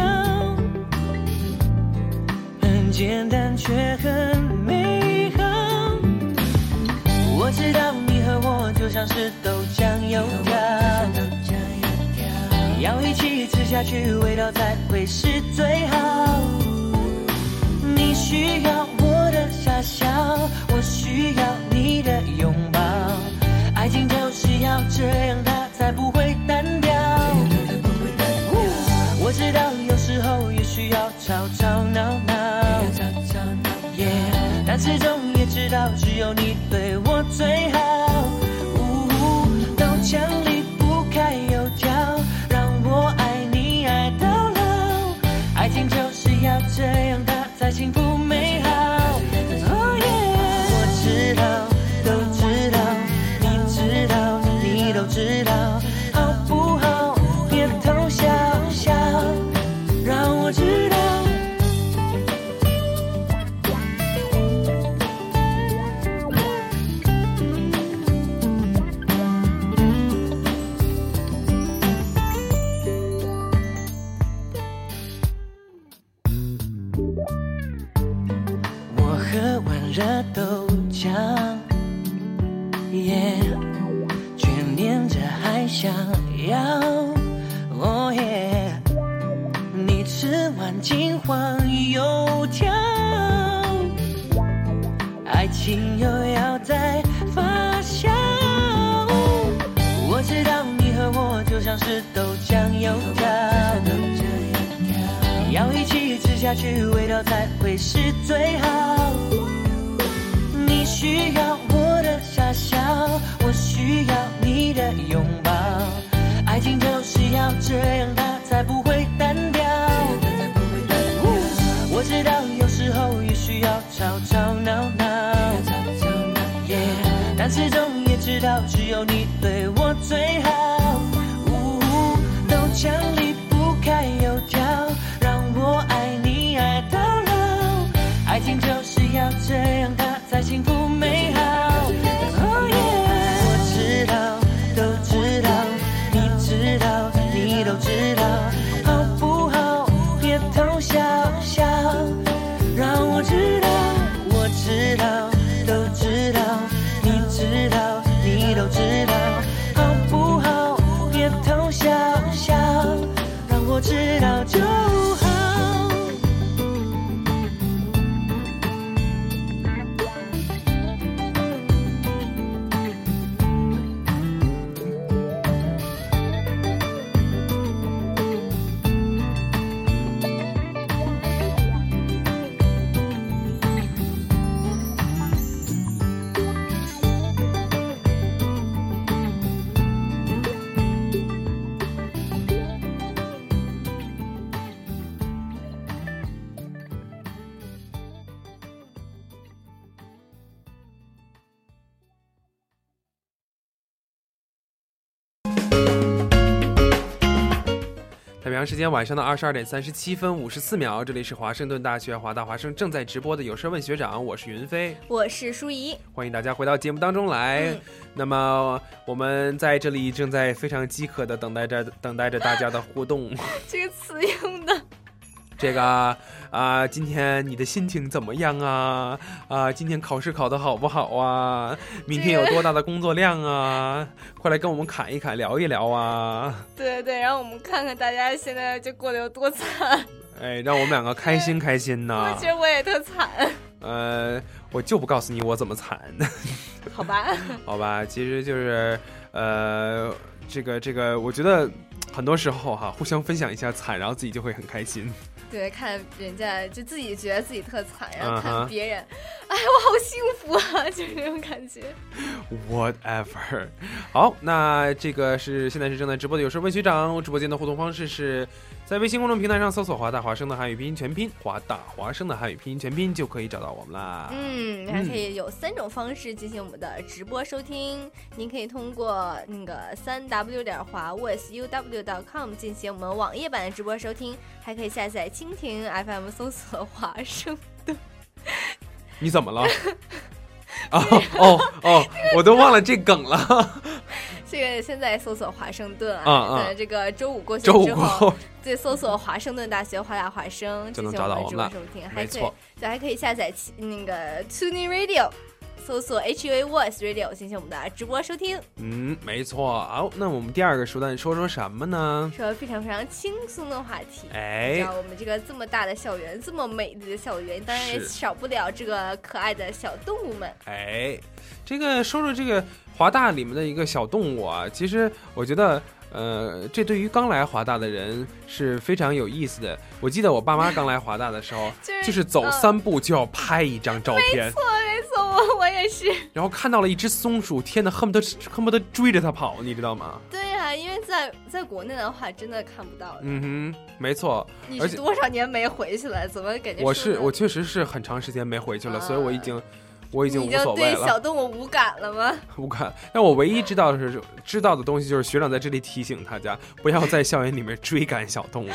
S6: 很简单却很美好。我知道你和我就像是豆浆油条，要一起吃下去，味道才会是最好。你需要我的傻笑，我需要你的拥抱。爱情就是要这样，它才不会单调。我知道有时候也需要吵吵闹闹，Yeah，但始终也知道只有你对我最好。呜豆浆离不开油条，让我爱你爱到老。爱情就是要这样，它才幸福美好。哦耶！我知道，都知道，你知道，你都知道，好不好？别偷笑笑，让我知道。我喝完热豆浆，耶，却念着还想要，哦耶，你吃完金黄油条，爱情又要再发酵。我知道你和我就像是豆浆油条。要一起吃下去，味道才会是最好。你需要我的傻笑，我需要你的拥抱。爱情就是要这样，它才不会单调。我知道有时候也需要吵吵闹闹，yeah，但始终也知道只有你对我最好。呜豆浆离不开油条，让我爱你爱到老。爱情就是要这样，它才幸福美好。哦耶！我知道，都知道，你知道，你都知道，好不好？别偷笑笑，让我知道，我知道，都知道，你知道，你都知道，好不好？别偷笑笑，让我知道就好。
S11: 北洋时间晚上的二十二点三十七分五十四秒，这里是华盛顿大学华大华生正在直播的有事问学长，我是云飞，
S10: 我是舒怡，
S11: 欢迎大家回到节目当中来。
S10: 嗯
S11: 那么我们在这里正在非常饥渴的等待着等待着大家的互动。
S10: 这个词用的
S11: 这个啊、今天你的心情怎么样啊？啊、今天考试考得好不好啊？明天有多大的工作量啊？快来跟我们侃一侃，聊一聊啊！
S10: 对对，然后我们看看大家现在就过得有多惨，
S11: 哎，让我们两个 <laughs> 开心啊开心呐、
S10: 我觉得我也特惨， <laughs>
S11: 呃，我就不告诉你我怎么惨，
S10: 好吧？
S11: 好吧？其实就是，呃，这个这个，我觉得很多时候哈，互相分享一下惨，然后自己就会很开心。
S10: 对，看人家就自己觉得自己特惨，然后
S11: 嗯哼
S10: 看别人，哎，我好幸福啊， <laughs> 就是那种感觉。
S11: Whatever，好，那这个是现在是正在直播的有事问学长，直播间的互动方式是在微信公众平台上搜索“华大华生的汉语拼音全拼”，华大华生的汉语拼音全拼就可以找到我们啦。
S10: 嗯，还可以有三种方式进行我们的直播收听。您可以通过那个三 w 点华 wsuw.com 进行我们网页版的直播收听，还可以下载蜻蜓 FM 搜索华声。
S11: 你怎么了？哦哦哦，我都忘了这梗了。
S10: 这个现在搜索华盛顿
S11: 啊
S10: 啊，
S11: 啊
S10: 在这个周五过去
S11: 周五
S10: 之
S11: 过
S10: <laughs>
S11: 后
S10: 后，对，搜索华盛顿大学华大华生
S11: 就
S10: 进
S11: 能
S10: 行
S11: 找到
S10: 们
S11: 我
S10: 直
S11: 们
S10: 播
S11: 了
S10: 收听，
S11: 没
S10: 还可以
S11: 错
S10: 对，还可以下载其那个 TuneIn Radio，搜索 HUA Voice Radio 进行我们的直播收听。
S11: 嗯，没错。好、那我们第二个熟蛋说说什么呢？
S10: 说非常非常轻松的话题。你知
S11: 哎
S10: 道，我们这个这么大的校园，这么美丽的校园，当然也
S11: 是
S10: 少不了这个可爱的小动物们。，
S11: 哎，这个说说这个华大里面的一个小动物啊，其实我觉得，呃，这对于刚来华大的人是非常有意思的。我记得我爸妈刚来华大的时候
S10: 就是
S11: 就是走三步就要拍一张照片，
S10: 错，没错，我我也是。
S11: 然后看到了一只松鼠，天哪，恨不得恨不得追着它跑，你知道吗？
S10: 对呀、因为在在国内的话，真的看不到的。
S11: 嗯哼，没错，
S10: 你
S11: 而
S10: 是
S11: 且
S10: 多少年没回去了？怎么感觉
S11: 我
S10: 说
S11: 是
S10: 的
S11: 我确实是很长时间没回去了，
S10: 啊
S11: 所以我已经我已经
S10: 你
S11: 无
S10: 就
S11: 所谓
S10: 对小
S11: 了，
S10: 动物无感了吗？
S11: 无感。但我唯一知道的是知道的东西就是学长在这里提醒大家不要在校园里面追赶小动物，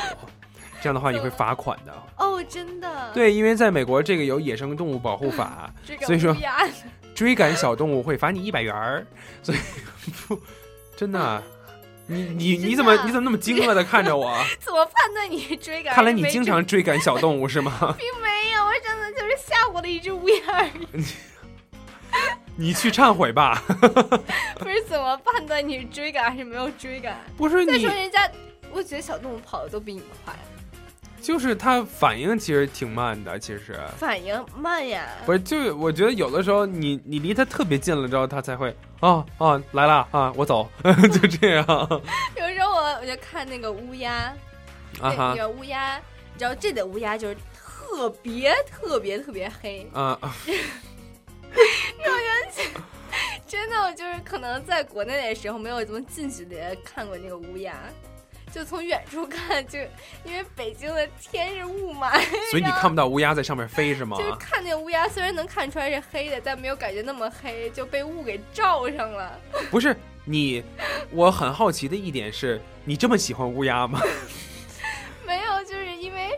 S11: 这样的话你会罚款
S10: <laughs>
S11: 的。
S10: 哦，真的。，
S11: 对，因为在美国这个有野生动物保护法，
S10: 这个
S11: 所以说
S10: 乌鸦
S11: 追赶小动物会罚你一百元儿，所以 <laughs> 不真的啊。你你你怎么
S10: 真的
S11: 你怎么那么惊愕的看着我？ <laughs>
S10: 怎么判断你追赶？
S11: 看来你
S10: 没
S11: 经
S10: 追
S11: 常追赶小动物是吗？
S10: 并没有，我真的就是吓唬了一只乌鸦而已。
S11: <laughs> 你去忏悔吧。
S10: <laughs> 不是怎么判断你追赶还是没有追赶？
S11: 不是
S10: 再
S11: 你
S10: 说人家，我觉得小动物跑的都比你快，
S11: 就是它反应其实挺慢的，其实
S10: 反应慢呀。
S11: 不是，就是我觉得有的时候你你离它特别近了之后，它才会啊啊来了啊，我走， <laughs> 就这样
S10: 有时候我我就看那个乌鸦，
S11: 啊
S10: 那
S11: 哈
S10: 个乌鸦，你知道这里的乌鸦就是特别特别特别黑， <laughs>
S11: 啊啊
S10: 真的，我就是可能在国内的时候没有这么近距离地看过那个乌鸦。就从远处看，就因为北京的天是雾霾，
S11: 所以你看不到乌鸦在上面飞是吗
S10: 就？是看那个乌鸦，虽然能看出来是黑的，但没有感觉那么黑，就被雾给罩上了。
S11: <laughs>
S10: <laughs>
S11: 不是你，我很好奇的一点是你这么喜欢乌鸦吗？ <laughs>
S10: 没有，就是因为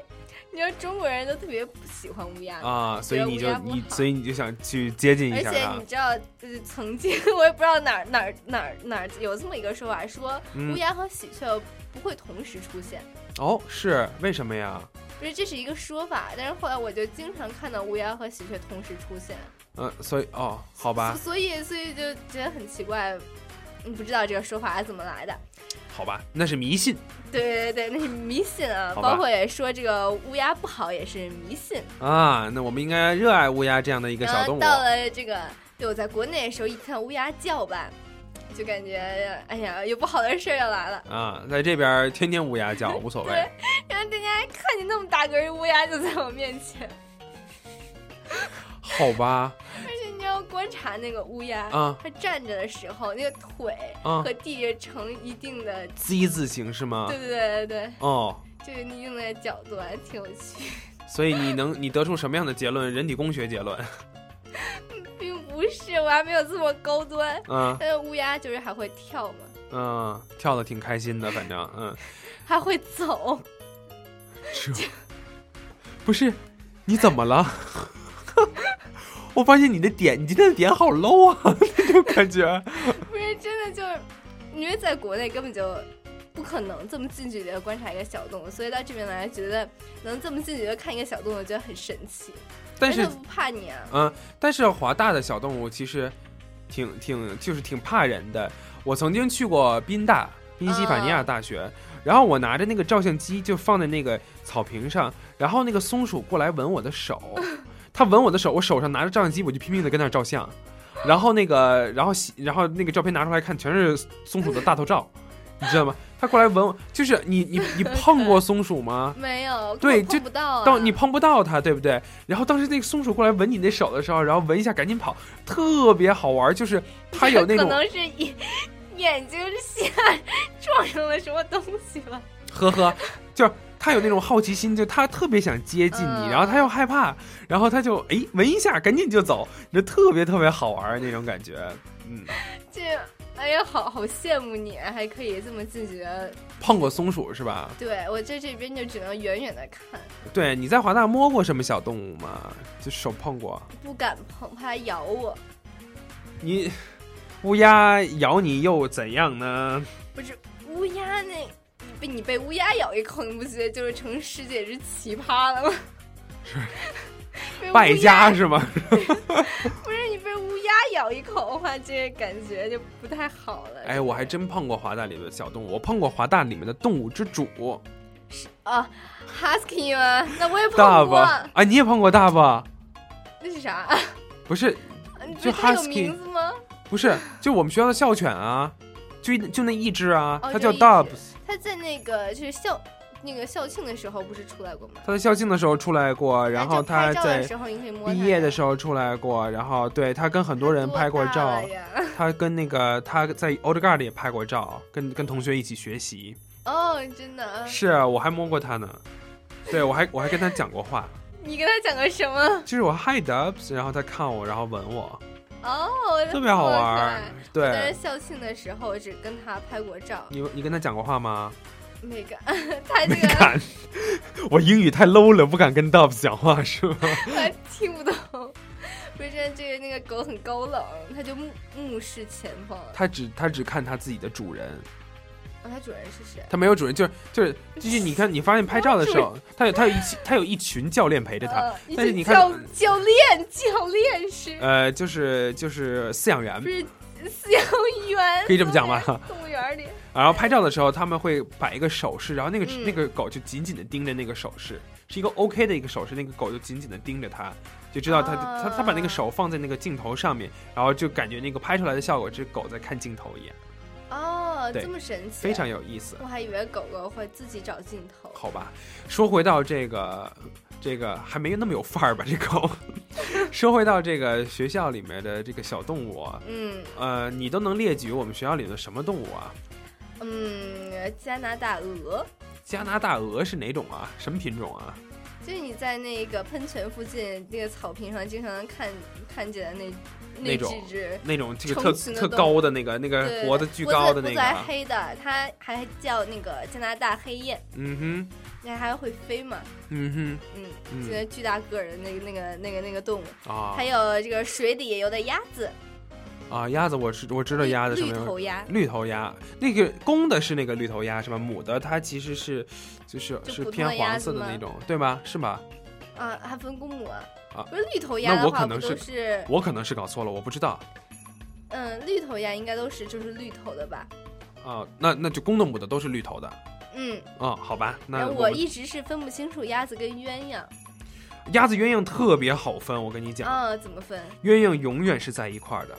S10: 你知道中国人都特别不喜欢乌鸦，
S11: 啊，所以你
S10: 乌
S11: 就
S10: 鸦不
S11: 你
S10: 好
S11: 所以你就想去接近一
S10: 而
S11: 下
S10: 且
S11: 它
S10: 你知道，就是曾经 <laughs> 我也不知道哪儿哪儿哪儿哪儿有这么一个说法，说
S11: 嗯
S10: 乌鸦和喜鹊不会同时出现，
S11: 哦，是为什么呀？
S10: 不是这是一个说法，但是后来我就经常看到乌鸦和喜鹊同时出现，
S11: 嗯、所以哦，好吧，
S10: 所以所以就觉得很奇怪，嗯不知道这个说法是怎么来的。
S11: 好吧，那是迷信
S10: 对对对，那是迷信啊，
S11: 好吧
S10: 包括也说这个乌鸦不好也是迷信。
S11: 啊。那我们应该热爱乌鸦这样的一个
S10: 然
S11: 小
S10: 后
S11: 动物。啊
S10: 到了这个，对我在国内的时候，一看乌鸦叫吧，就感觉哎呀，有不好的事儿要来了。
S11: 啊，在这边儿天天乌鸦叫，无所谓
S10: 对。然后大家看见那么大个儿乌鸦就在我面前，
S11: 好吧，
S10: 而且你要观察那个乌鸦，
S11: 啊
S10: 它站着的时候，那个腿
S11: 啊
S10: 和地成一定的，
S11: ，Z 字形是吗
S10: 对？对对对对，
S11: 哦，
S10: 就是一定的角度，还挺有趣，
S11: 所以你能你得出什么样的结论？人体工学结论？
S10: 并不不是，我还没有这么高端。
S11: 嗯
S10: 但是乌鸦就是还会跳嘛，
S11: 嗯，跳的挺开心的，反正嗯，
S10: 还会走。
S11: 这不是你怎么了？ <laughs> 我发现你的点，你今天的点好 low 啊， <laughs> 那种感觉。
S10: 不是真的就是，因为在国内根本就不可能这么近距离的观察一个小动物，所以到这边来觉得能这么近距离的看一个小动物，觉得很神奇。
S11: 但
S10: 而
S11: 是
S10: 且不怕你啊，
S11: 嗯，但是华大的小动物其实挺挺就是挺怕人的。我曾经去过宾大，宾夕法尼亚大学，然后我拿着那个照相机就放在那个草坪上，然后那个松鼠过来吻我的手，它吻我的手，我手上拿着照相机，我就拼命的跟那儿照相。然后那个，然后洗然后那个照片拿出来看，全是松鼠的大头照，你知道吗？它过来吻我，就是你你你碰过松鼠吗？
S10: 没有，根
S11: 对
S10: 本
S11: 就
S10: 碰不到、啊。
S11: 到你碰不到它，对不对？然后当时那个松鼠过来闻你那手的时候，然后闻一下赶紧跑，特别好玩。就是它有
S10: <laughs>
S11: 那
S10: 可
S11: 种
S10: 能是眼眼睛瞎 <laughs> 撞上了什么东西吧。
S11: 呵呵，就是它有那种好奇心，就它特别想接近你，
S10: 嗯
S11: 然后它又害怕，然后它就哎闻一下赶紧就走，你就特别特别好玩那种感觉。嗯，
S10: 这哎呀，好好羡慕你，啊还可以这么近距离地。
S11: 碰过松鼠是吧？
S10: 对我在这边就只能远远的看，
S11: 对，你在华大摸过什么小动物吗？就手碰过
S10: 不敢碰，怕咬我。
S11: 你。乌鸦咬你又怎样呢？
S10: 不是乌鸦那，你被你被乌鸦咬一口，你不觉得就是成世界之奇葩了吗？是
S11: <laughs> 败家
S10: <laughs>
S11: 是吗？
S10: 不是你被乌鸦咬一口的话，这感觉就不太好了。
S11: 哎，我还真碰过华大里面的小动物，我碰过华大里面的动物之主
S10: 啊，husky 吗？那我也碰
S11: 大
S10: 过，
S11: 巴啊，你也碰过大巴？
S10: 那是啥？ <laughs>
S11: 不是，
S10: 你觉
S11: 就
S10: 得它有
S11: husky
S10: 名字吗？
S11: 不是，就我们学校的校犬啊，就一就那一只啊，
S10: 哦
S11: 它
S10: 就
S11: 叫
S10: 一只
S11: Dubs，
S10: 它在那个就是校那个校庆的时候不是出来过吗？
S11: 它在校庆的时候出来过，然后
S10: 它
S11: 它
S10: 拍照的
S11: 在
S10: 时候你可以摸它
S11: 毕业的时候出来过，然后对它跟很多人拍过
S10: 多
S11: 照
S10: 大了，呀
S11: 它跟那个它在 o d g a r d 也拍过照，跟跟同学一起学习，
S10: 哦，真的啊，
S11: 是啊我还摸过它呢，对我还我还跟它讲过话，
S10: <laughs> 你跟他讲个什么？
S11: 就是我 Hi Dubs，然后它看我，然后吻我。
S10: 哦，
S11: 特别好玩
S10: 哇
S11: 儿
S10: 塞。我在
S11: 对，
S10: 校庆的时候只跟他拍过照，
S11: 你你跟他讲过话吗？
S10: 没敢。 <laughs> 他这个
S11: 敢， <laughs> 我英语太 low 了，不敢跟 Dubs 讲话是吗？
S10: <laughs> 他听不懂，不是这个那个狗很高冷，它就目目视前方。
S11: 他只他只看他自己的主人，
S10: 啊，它主人是谁？
S11: 他没有主人，就是就是就是你看，你发现拍照的时候，他有他有一群他有一群教练陪着他
S10: 呃，
S11: 但是你
S10: 教
S11: 看，
S10: 教练，教练是
S11: 呃，就是就是饲养员
S10: 不，是饲养员？
S11: 可以这么讲吧
S10: 动物园动物园里，
S11: 然后拍照的时候他们会摆一个手势，然后那个
S10: 嗯
S11: 那个狗就紧紧的盯着那个手势，是一个 OK 的一个手势，那个狗就紧紧的盯着它。就知道它
S10: 啊
S11: 它它把那个手放在那个镜头上面，然后就感觉那个拍出来的效果，这狗在看镜头一样，
S10: 哦，
S11: 对
S10: 这么神奇，
S11: 非常。有意思。
S10: 我还以为狗狗会自己找镜头。
S11: 好吧，说回到这个，这个还没那么有范儿吧？这狗。 <laughs> 说回到这个学校里面的这个小动物，啊，
S10: 嗯
S11: 呃，你都能列举我们学校里的什么动物啊？
S10: 嗯，加拿大鹅，
S11: 加拿大鹅是哪种啊？什么品种啊？
S10: 就是你在那个喷泉附近那个草坪上经常能看看见的那
S11: 那
S10: 几
S11: 种
S10: 只。
S11: 那种这个
S10: 成
S11: 特
S10: 群的
S11: 特
S10: 动
S11: 高的那个，那个
S10: 对，
S11: 脖子巨高的那
S10: 脖
S11: 个
S10: 子还
S11: 啊，
S10: 黑的，它还叫那个加拿大黑雁，
S11: 嗯
S10: 那还会飞嘛？
S11: 哼，嗯
S10: 嗯，
S11: 嗯
S10: 这个巨大个儿的那个那个那个那个动物，
S11: 哼，啊
S10: 还有这个水底游的鸭子，
S11: 啊，鸭子我知我知道鸭子什
S10: 绿
S11: 么
S10: 绿
S11: 样
S10: 头鸭，
S11: 绿头鸭，那个公的是那个绿头鸭是吧？母的它其实是，就是
S10: 就是普通
S11: 偏
S10: 的鸭
S11: 黄
S10: 子
S11: 色的
S10: 吗
S11: 那种，对吧？是吧？
S10: 啊，还分公母啊
S11: 啊。
S10: 不是绿头鸭
S11: 那
S10: 的
S11: 我可
S10: 话，不
S11: 能
S10: 都
S11: 是
S10: 是
S11: 我可能是搞错了，我不知道
S10: 嗯，绿头鸭应该都是就是绿头的吧？
S11: 啊、那那就公的母的都是绿头的
S10: 嗯，
S11: 哦，好吧，
S10: 然
S11: 那
S10: 后
S11: 我
S10: 我
S11: 们
S10: 一直是分不清楚鸭子跟鸳鸯，
S11: 鸭子鸳鸯特别好分，我跟你讲，
S10: 啊，怎么分？
S11: 鸳鸯永远是在一块儿的。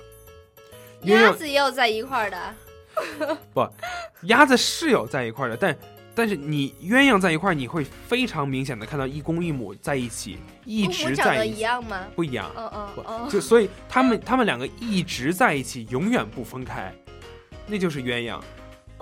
S11: 鸳
S10: 鸭
S11: 鸯
S10: 子也有在一块儿的， <laughs>
S11: 鸭子是有在一块儿的，但但是你鸳鸯在一块儿，你会非常明显的看到一公一母在一起，一
S10: 公母
S11: 直
S10: 长
S11: 在
S10: 得
S11: 一
S10: 一
S11: 起，
S10: 样吗？
S11: 不一样。
S10: 哦哦
S11: 不
S10: 哦，<laughs>
S11: 就所以他们他们两个一直在一起，永远不分开，那就是鸳鸯。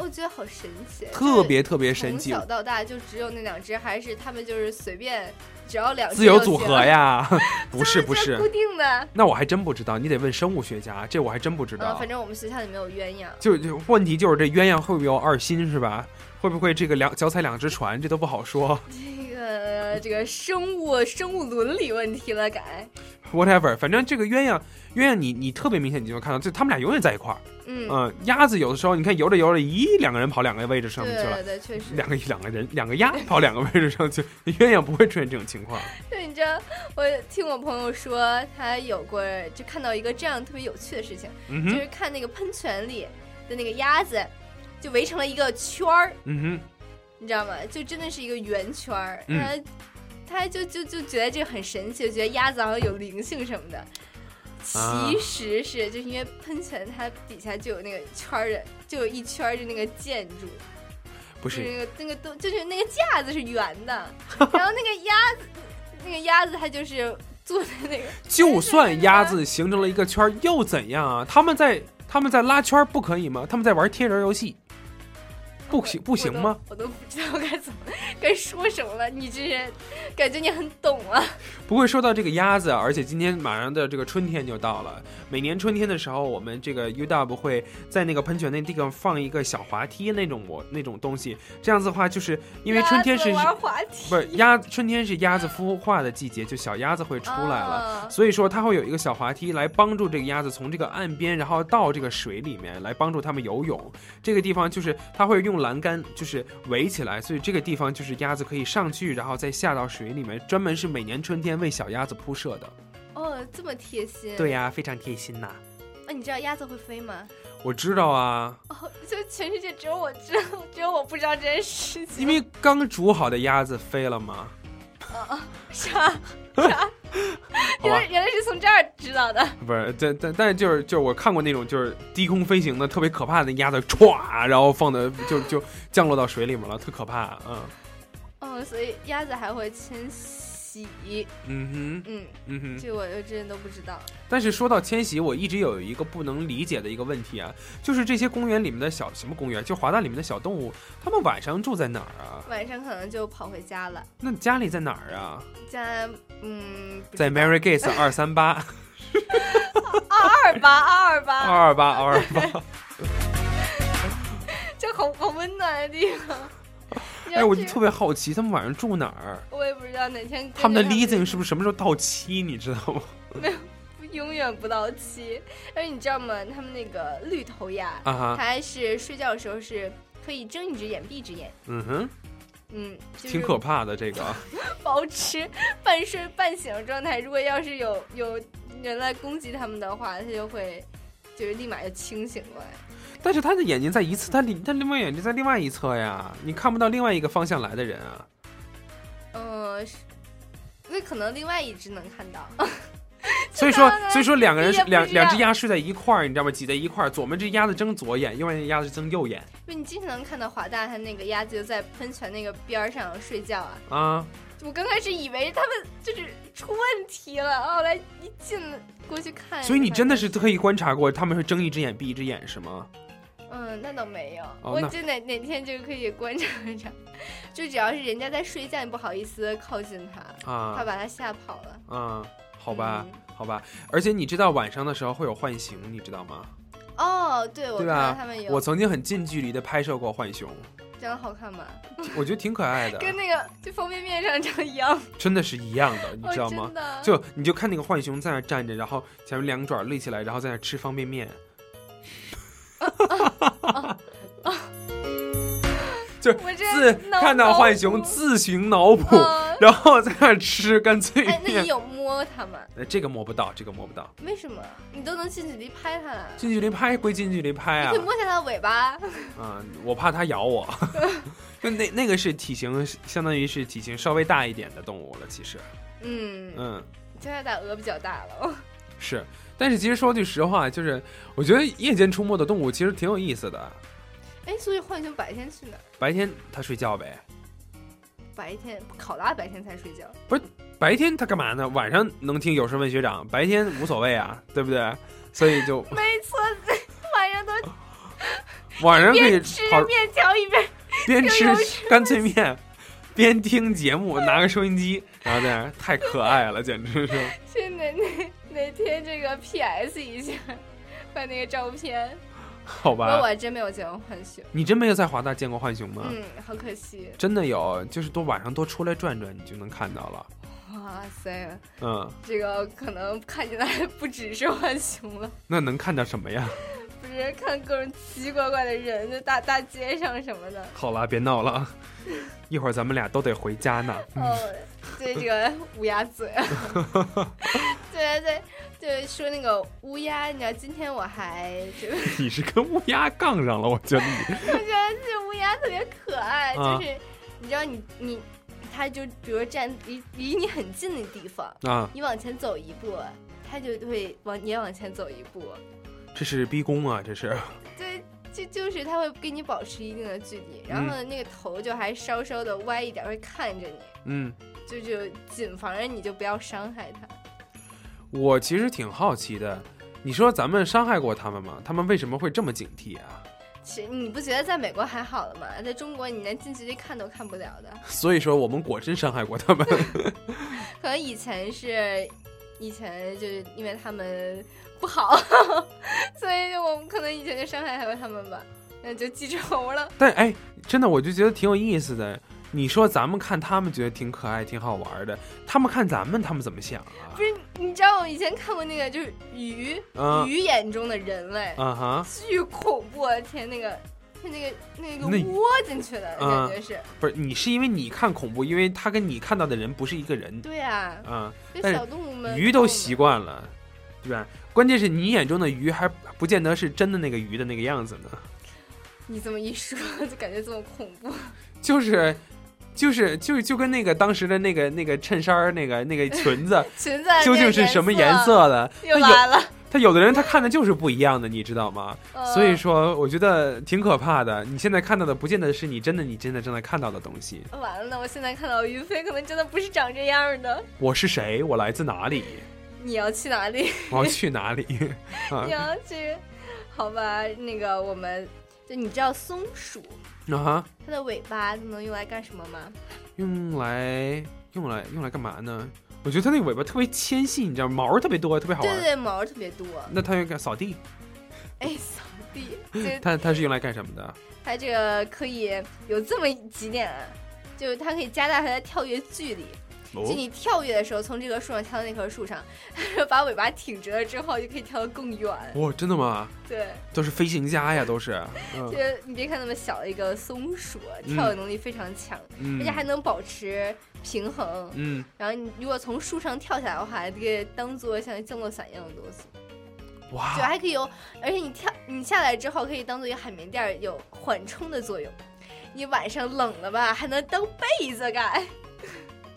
S10: 我觉得好神奇，啊
S11: 特别特别神奇
S10: 从，小到大就只有那两只，还是他们就是随便，只要两只
S11: 自由
S10: 就
S11: 组
S10: 行
S11: 合，呀，不是不
S10: 固
S11: 是，
S10: 定的。
S11: 那我还真不知道，你得问生物学家，这我还真不知
S10: 嗯，
S11: 道
S10: 反。正我们学校里没有鸳鸯。
S11: 就就问题就是这鸳鸯会不会有二心是吧？会不会这个两脚踩两只船，这都不好说。
S10: 这个这个生物生物伦理问题了，改，
S11: Whatever，反正这个鸳鸯鸳鸯你你特别明显你就能看到，就他们俩永远在一块儿。
S10: 嗯，
S11: 嗯，鸭子有的时候你看游着游着，咦，两个人跑两个位置上去
S10: 对
S11: 了
S10: 对。对，确实。
S11: 两个两个人两个鸭跑两个位置上去， <laughs> 鸳鸯不会出现这种情况。
S10: <laughs> 对，你知道，我听我朋友说，他有过就看到一个这样特别有趣的事情，
S11: 嗯
S10: 就
S11: 哼，
S10: 是看那个喷泉里的那个鸭子，就围成了一个圈儿，
S11: 嗯
S10: 你知道吗？就真的是一个圆圈儿，
S11: 嗯
S10: 他他就就就觉得这个很神奇，觉得鸭子好像有灵性什么的。
S11: 啊
S10: 其实是、就是因为喷泉它底下就有那个圈儿的，就有一圈儿就那个建筑，
S11: 哼，不
S10: 就是
S11: 是，
S10: 那个那个都就是那个架子是圆的，然后那个鸭子，那个鸭子它就是坐在那个，
S11: 就算鸭子形成了一个圈儿又怎样啊？他们在他们在拉圈儿不可以吗？他们在玩贴人游戏，不行
S10: 我
S11: 不行吗？？
S10: 我都我都不知道该怎么该说什么了。你这是感觉你很懂啊，
S11: 不会说到这个鸭子，啊而且今天马上的这个春天就到了。每年春天的时候，我们这个 U Dub 会在那个喷泉那地方放一个小滑梯那种我那种东西，这样子的话，就是因为春天是
S10: 鸭子玩滑梯
S11: 不是鸭春天是鸭子孵化的季节，就小鸭子会出来了。
S10: 啊
S11: 所以说它会有一个小滑梯来帮助这个鸭子从这个岸边，然后到这个水里面来帮助它们游泳。这个地方就是它会用栏杆就是围起来，所以这个地方就是鸭子可以上去，然后再下到水里面，专门是每年春天为小鸭子铺设的。
S10: 哦，这么贴心。
S11: 对呀、非常贴心呐、
S10: 啊，你知道鸭子会飞吗？
S11: 我知道啊，
S10: 哦，就全世界只有我知道，只有我不知道这件事情。
S11: 因为刚煮好的鸭子飞了嘛。
S10: 啥？
S11: <laughs> 好
S10: 原
S11: 吧
S10: 来，原来是从这儿知道的。
S11: 不是，但但但是就是就是我看过那种就是低空飞行的特别可怕的鸭子，歘，然后放的就就降落到水里面了，特可怕。嗯
S10: 哦，所以鸭子还会迁徙。
S11: 嗯哼
S10: 嗯，
S11: 嗯哼。
S10: 这我就真的都不知道。
S11: 但是说到迁徙，我一直有一个不能理解的一个问题啊，就是这些公园里面的小什么公园，就华大里面的小动物，它们晚上住在哪儿啊？
S10: 晚上可能就跑回家了。
S11: 那家里在哪儿啊？
S10: 家，嗯，不知
S11: 在 Mary Gates 二三八
S10: 二八二二
S11: 二
S10: 八，
S11: 二八二二八。
S10: 这好好温暖的地方。你要
S11: <laughs> 哎，我
S10: 去
S11: 就特别好奇，他们晚上住哪儿？啊
S10: 我也不知道哪天
S11: 他们的
S10: 例
S11: leasing 是不是什么时候到期？你知
S10: <laughs>
S11: 道吗？
S10: 永远不到期。而且你知道吗？他们那个绿头鸭，
S11: 啊哈，
S10: 它是睡觉的时候是可以睁一只眼闭一只眼，
S11: 嗯哼，
S10: 嗯，就
S11: 挺
S10: 是
S11: 可怕的这
S10: 嗯
S11: 个。
S10: 保持半睡半醒的状态。如果要是有有人来攻击它们的话，它就会就是立马就清醒过来。
S11: 但是他的眼睛在一侧，他另他另外眼睛在另外一侧呀，你看不到另外一个方向来的人啊。
S10: 嗯，是那可能另外一只能看到。 <laughs>
S11: 所以说
S10: 当，然
S11: 所以说两个人是
S10: 哎你也
S11: 两
S10: 不知道
S11: 两只鸭睡在一块儿，你知道吗？挤在一块儿，左边这鸭子睁左眼，右边这鸭子睁右眼
S10: 就你经常能看到华大它那个鸭子就在喷泉那个边儿上睡觉啊。
S11: 啊。
S10: 我刚开始以为它们就是出问题了，后来一进了过去看，
S11: 所以你真的是
S10: 发现
S11: 特意观察过，他们会睁一只眼闭一只眼是吗？
S10: 嗯，那倒没有，
S11: 哦
S10: 我
S11: 那
S10: 就哪哪天就可以观察观察，就只要是人家在睡觉，你不好意思靠近它，怕
S11: 啊
S10: 把它吓跑了。
S11: 啊，好吧
S10: 嗯
S11: 好吧。而且你知道晚上的时候会有浣熊，你知道吗？
S10: 哦，对，我
S11: 对
S10: 看
S11: 吧
S10: 到他们
S11: 我
S10: 有，
S11: 曾经很近距离的拍摄过浣熊，
S10: 长得好看吗？
S11: 我觉得挺可爱的，
S10: 跟那个就方便面上长得一样，
S11: 真的是一样的，你
S10: 哦，
S11: 知道吗
S10: 真？的，
S11: 就你就看那个浣熊在那儿站着，然后前面两爪立起来，然后在那儿吃方便面。就
S10: 我这
S11: 自
S10: 脑
S11: 看到浣
S10: 脑
S11: 熊
S10: 补
S11: 自行脑补，
S10: 嗯
S11: 然后在那儿吃，干脆
S10: 哎，那
S11: 面 <laughs>
S10: 你。有摸它吗？
S11: 呃这个摸不到，这个摸不到。
S10: 为什么？你都能近距离拍它了？
S11: 近距离拍归近距离拍
S10: 你 <laughs>
S11: 啊
S10: 可以，摸一下它的尾巴，
S11: 啊、我怕它咬我。 <laughs> 就那那个是体型，相当于是体型稍微大一点的动物了，其实，
S10: 嗯，
S11: 嗯，
S10: 现在打鹅比较大了，哦
S11: 是。但是其实说句实话，就是我觉得夜间出没的动物其实挺有意思的。
S10: 哎，所以浣熊白天去哪儿？
S11: 白天它睡觉呗，
S10: 白天考拉白天才睡觉，
S11: 白天它干嘛呢？晚上能听有声问学长，白天无所谓啊，对不对？所以就
S10: 没错，晚上都
S11: 晚上可以
S10: 边吃
S11: 跑
S10: 面条一边
S11: 边吃
S10: 就有
S11: <laughs> 干脆面，边听节目，拿个收音机，然后在那儿太可爱了，简直是。
S10: 去哪哪哪天这个 PS 一下，把那个照片。
S11: <laughs> 好
S10: 不过
S11: 吧，
S10: 我真没有见过浣熊，
S11: 你真没有在华大见过浣熊吗？
S10: 嗯，好可惜。
S11: 真的有，就是多啊晚上多出来转转，你就能看到了。
S10: 哇塞，
S11: 嗯，
S10: 这个可能看见的还不只是浣熊了，
S11: 那能看到什么呀？ <laughs>
S10: 不是看各种奇奇怪怪的人在大大街上什么的。
S11: 好啦，别闹了 <laughs> 啊，一会儿咱们俩都得回家呢。
S10: 哦，对这个乌鸦嘴，啊对对对，对说那个乌鸦，你知道今天我还就我
S11: <laughs> 你是跟乌鸦杠上了，我觉得你
S10: <laughs> 觉得这乌鸦特别可爱，
S11: 啊
S10: 就是你知道你你，它就比如站离离你很近的地方，
S11: 啊，
S10: 你往前走一步，它就会往也往前走一步，
S11: 这是逼宫啊，这是
S10: <laughs> 对。就就是它会跟你保持一定的距离，然
S11: 嗯
S10: 后呢，那个头就还稍稍的歪一点，会看着你，
S11: 嗯。
S10: 就就谨防着你就不要伤害它。
S11: 我其实挺好奇的，你说咱们伤害过他们吗？他们为什么会这么警惕啊？
S10: 其实你不觉得在美国还好了吗？在中国你连近距离看都看不了的，
S11: <laughs> 所以说我们果真伤害过他们。
S10: 可能以前是，以前就是因为他们不好， <laughs> 所以我们可能以前就伤害过他们吧，那就记仇了。
S11: 但哎，真的我就觉得挺有意思的。你说咱们看他们觉得挺可爱、挺好玩的，他们看咱们，他们怎么想啊
S10: 不？是，你知道我以前看过那个就是鱼，
S11: 啊
S10: 鱼眼中的人类，
S11: 啊哈，
S10: 巨恐怖！啊天，那个。他那个那个
S11: 那
S10: 窝进去的感
S11: 啊
S10: 觉是，
S11: 不是你是因为你看恐怖，因为他跟你看到的人不是一个人
S10: 对啊，
S11: 啊。
S10: 这
S11: 但是
S10: 小动物们
S11: 鱼都习
S10: 习
S11: 惯了，对吧？关键是你眼中的鱼还不见得是真的 <laughs> 那个鱼的那个样子呢。
S10: 你这么一说，就感觉这么恐
S11: <laughs>
S10: 怖。
S11: 就是就是就就跟那个当时的那个那个衬衫儿那个那个裙 <laughs> 子
S10: 裙子
S11: 究竟是什么颜？色的，
S10: 又
S11: 它有
S10: 来了，
S11: 他有的人他看的就是不一样的，你知道吗？
S10: 呃
S11: 所以说我觉得挺可怕的。你现在看到的不见得是你真的你真的正在看到的东西。
S10: 嗯完了，我现在看到于飞可能真的不是长这样的。
S11: 我是谁？我来自哪 <laughs> 里？
S10: 你要去哪里？ <laughs>
S11: 我要去哪里？ <laughs> 啊
S10: 你要去？好吧，那个我们就你知道松鼠
S11: 啊哈！
S10: 它的尾巴能用来干什么吗？
S11: 用来用来用来干嘛呢？我觉得它那个尾巴特别纤细，你知道吗毛儿特别多，特别好
S10: 对
S11: 玩。
S10: 对对，毛特别多。
S11: 那它用来干扫地，
S10: 哎， <laughs> 扫地，就
S11: 它它是用来干什么的？
S10: 它这个可以有这么几点啊，就是它可以加大它的跳跃距离。
S11: 哦
S10: 就你跳跃的时候，从这棵树上跳到那棵树上， <laughs> 把尾巴挺直了之后，就可以跳得更远。
S11: 哇，真的吗？
S10: 对。
S11: 都是飞行家呀，都是。嗯
S10: 就是你别看那么小的一个松鼠，
S11: 嗯
S10: 跳跃能力非常强，
S11: 嗯
S10: 而且还能保持平衡。
S11: 嗯，
S10: 然后你如果从树上跳下来的话，这个当做像降落伞一样的东西，就
S11: 哇，
S10: 还可以有，而且你跳你下来之后可以当做一个海绵垫儿，有缓冲的作用。你晚上冷了吧，还能当被子盖。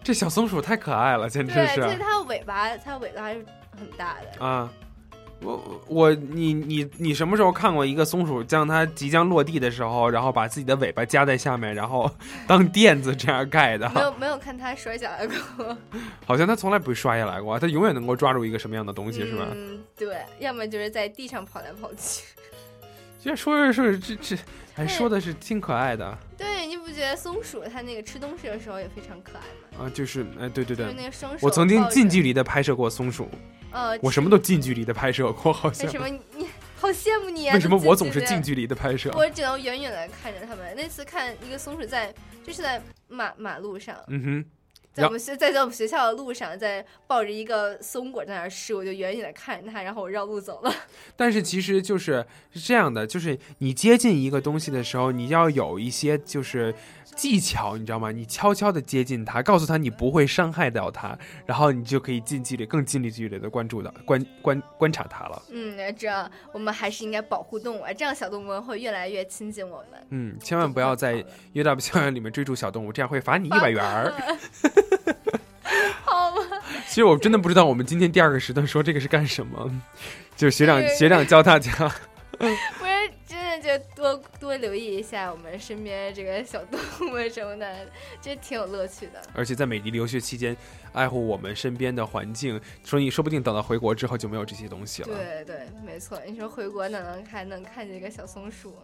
S11: 这小松鼠太可爱了，简直
S10: 对，
S11: 嗯是
S10: 所以它的尾巴，它的尾巴还是很大的。
S11: 啊！我我你你你什么时候看过一个松鼠将它即将落地的时候，然后把自己的尾巴夹在下面，然后 <laughs> 当垫子这样盖
S10: 没
S11: 的？
S10: 有没有看它摔下来过，
S11: 好像它从来不摔下来过，它永远能够抓住一个什么样的东 <laughs> 西，是吧？
S10: 嗯，对，要么就是在地上跑来跑去。
S11: 这说着说着这这，哎，
S10: 对
S11: 说的是挺可爱的啊，
S10: 对，你不觉得松鼠它那个吃东西的时候也非常可爱吗？
S11: 就是哎，对对
S10: 就是
S11: 对，
S10: 那个双手抱着。
S11: 我曾经近距离的拍摄过松鼠，
S10: 呃，
S11: 我什么都近距离的拍摄过，好
S10: 为 <laughs>
S11: 像
S10: 什么你你好羡慕你啊？
S11: 为什么
S10: 都
S11: 我总是
S10: 的
S11: 近距离的拍摄？
S10: 我只能远远的看着它们。那次看一个松鼠在，就是在马马路上，
S11: 嗯哼。
S10: 在我们学在在我们学校的路上，在抱着一个松果在那儿吃，我就远远的看着它，然后我绕路走了。 <laughs>
S11: 但是其实就是是这样的，就是你接近一个东西的时候，你要有一些就是技巧，你知道吗？你悄悄的接近它，告诉他你不会伤害到它，然后你就可以近距离、更近距离的关注到、观观观察它了。
S10: 嗯，这样我们还是应该保护动物，啊，这样小动物们会越来越亲近我们。
S11: 嗯，千万不要在约大校园里面追逐小动物，这样会罚你一百元儿。
S10: 好吧，
S11: 其实我真的不知道我们今天第二个时段说这个是干什么，就是学长
S10: 对 <laughs>
S11: 学长教大家。
S10: 不是真的就多多多留意一下我们身边这个小动物什么的， <laughs> 这挺有乐趣的。
S11: 而且在美籍留学期间，爱护我们身边的环境，所以说不定等到回国之后就没有这些东西了。
S10: 对对，没错。你说回国哪能还能看见一个小松鼠，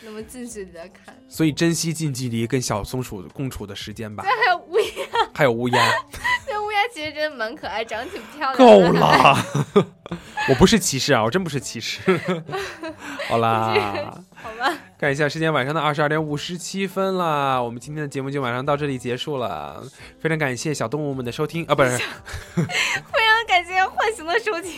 S10: 那么近距离的看？
S11: 所以珍惜近距离跟小松鼠共处的时间吧
S10: 对，。 <laughs> 还有乌鸦，
S11: 还有乌鸦，
S10: <laughs> 那乌鸦其实真的蛮可爱，长得挺漂亮的。 <laughs>
S11: 够了！我不是歧视啊，我真不是歧视。好啦，
S10: 好吧，
S11: 看一下时间，晚上的二十二点五十七分啦。我们今天的节目就晚上到这里结束了，非常感谢小动物们的收听啊，不是，
S10: 非常 <laughs> 感谢浣熊的收
S11: <laughs>
S10: 听。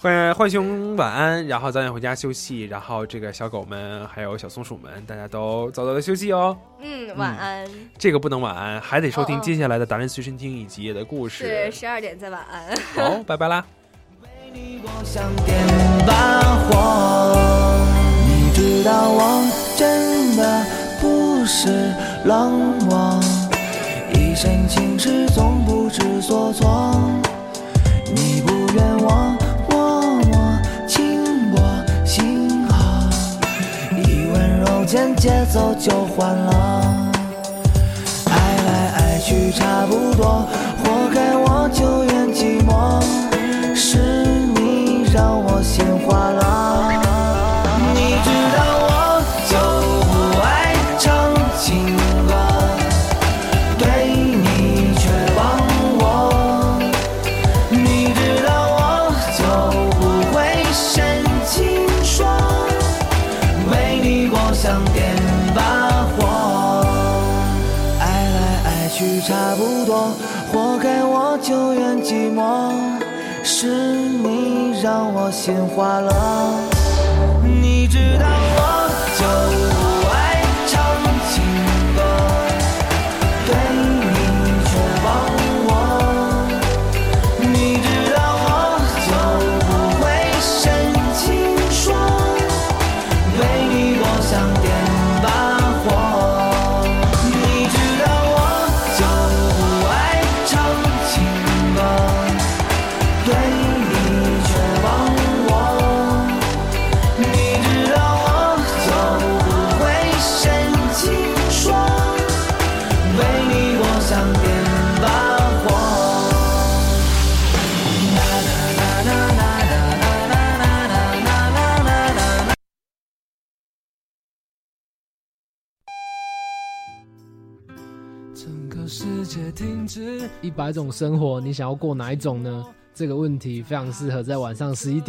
S11: 浣浣熊晚安，然后早点回家休息，然后这个小狗们还有小松鼠们，大家都早早的休息哦。
S10: 嗯，晚安。
S11: 这个不能晚安，还得收
S10: 哦
S11: 听
S10: 哦
S11: 接下来的达人随身听以及夜的故
S10: 是
S11: 事。
S10: 十二点再晚安。
S11: 好，拜拜啦。
S6: 把火，你知道我真的不是冷漠，一身轻视总不知所措。你不怨我默默轻薄心河，一温柔间节奏就换了，爱来爱去差不多，活该我久远寂寞。是你让我心花了。你知道我就不爱唱情歌，对你却忘我。你知道我就不会深情说，为你我想点把火。爱来爱去差不多，活该我久远寂寞，是你让我心花了。你知道我就不爱唱情歌，对你却忘我。你知道我就不会深情说，为你我想点把火。你知道我就不爱唱情歌，对你却忘我。你知道我就不会深情说，为你我想点把火。
S12: 整个世界停止。一百种生活，你想要过哪一种呢？这个问题非常适合在晚上十一点。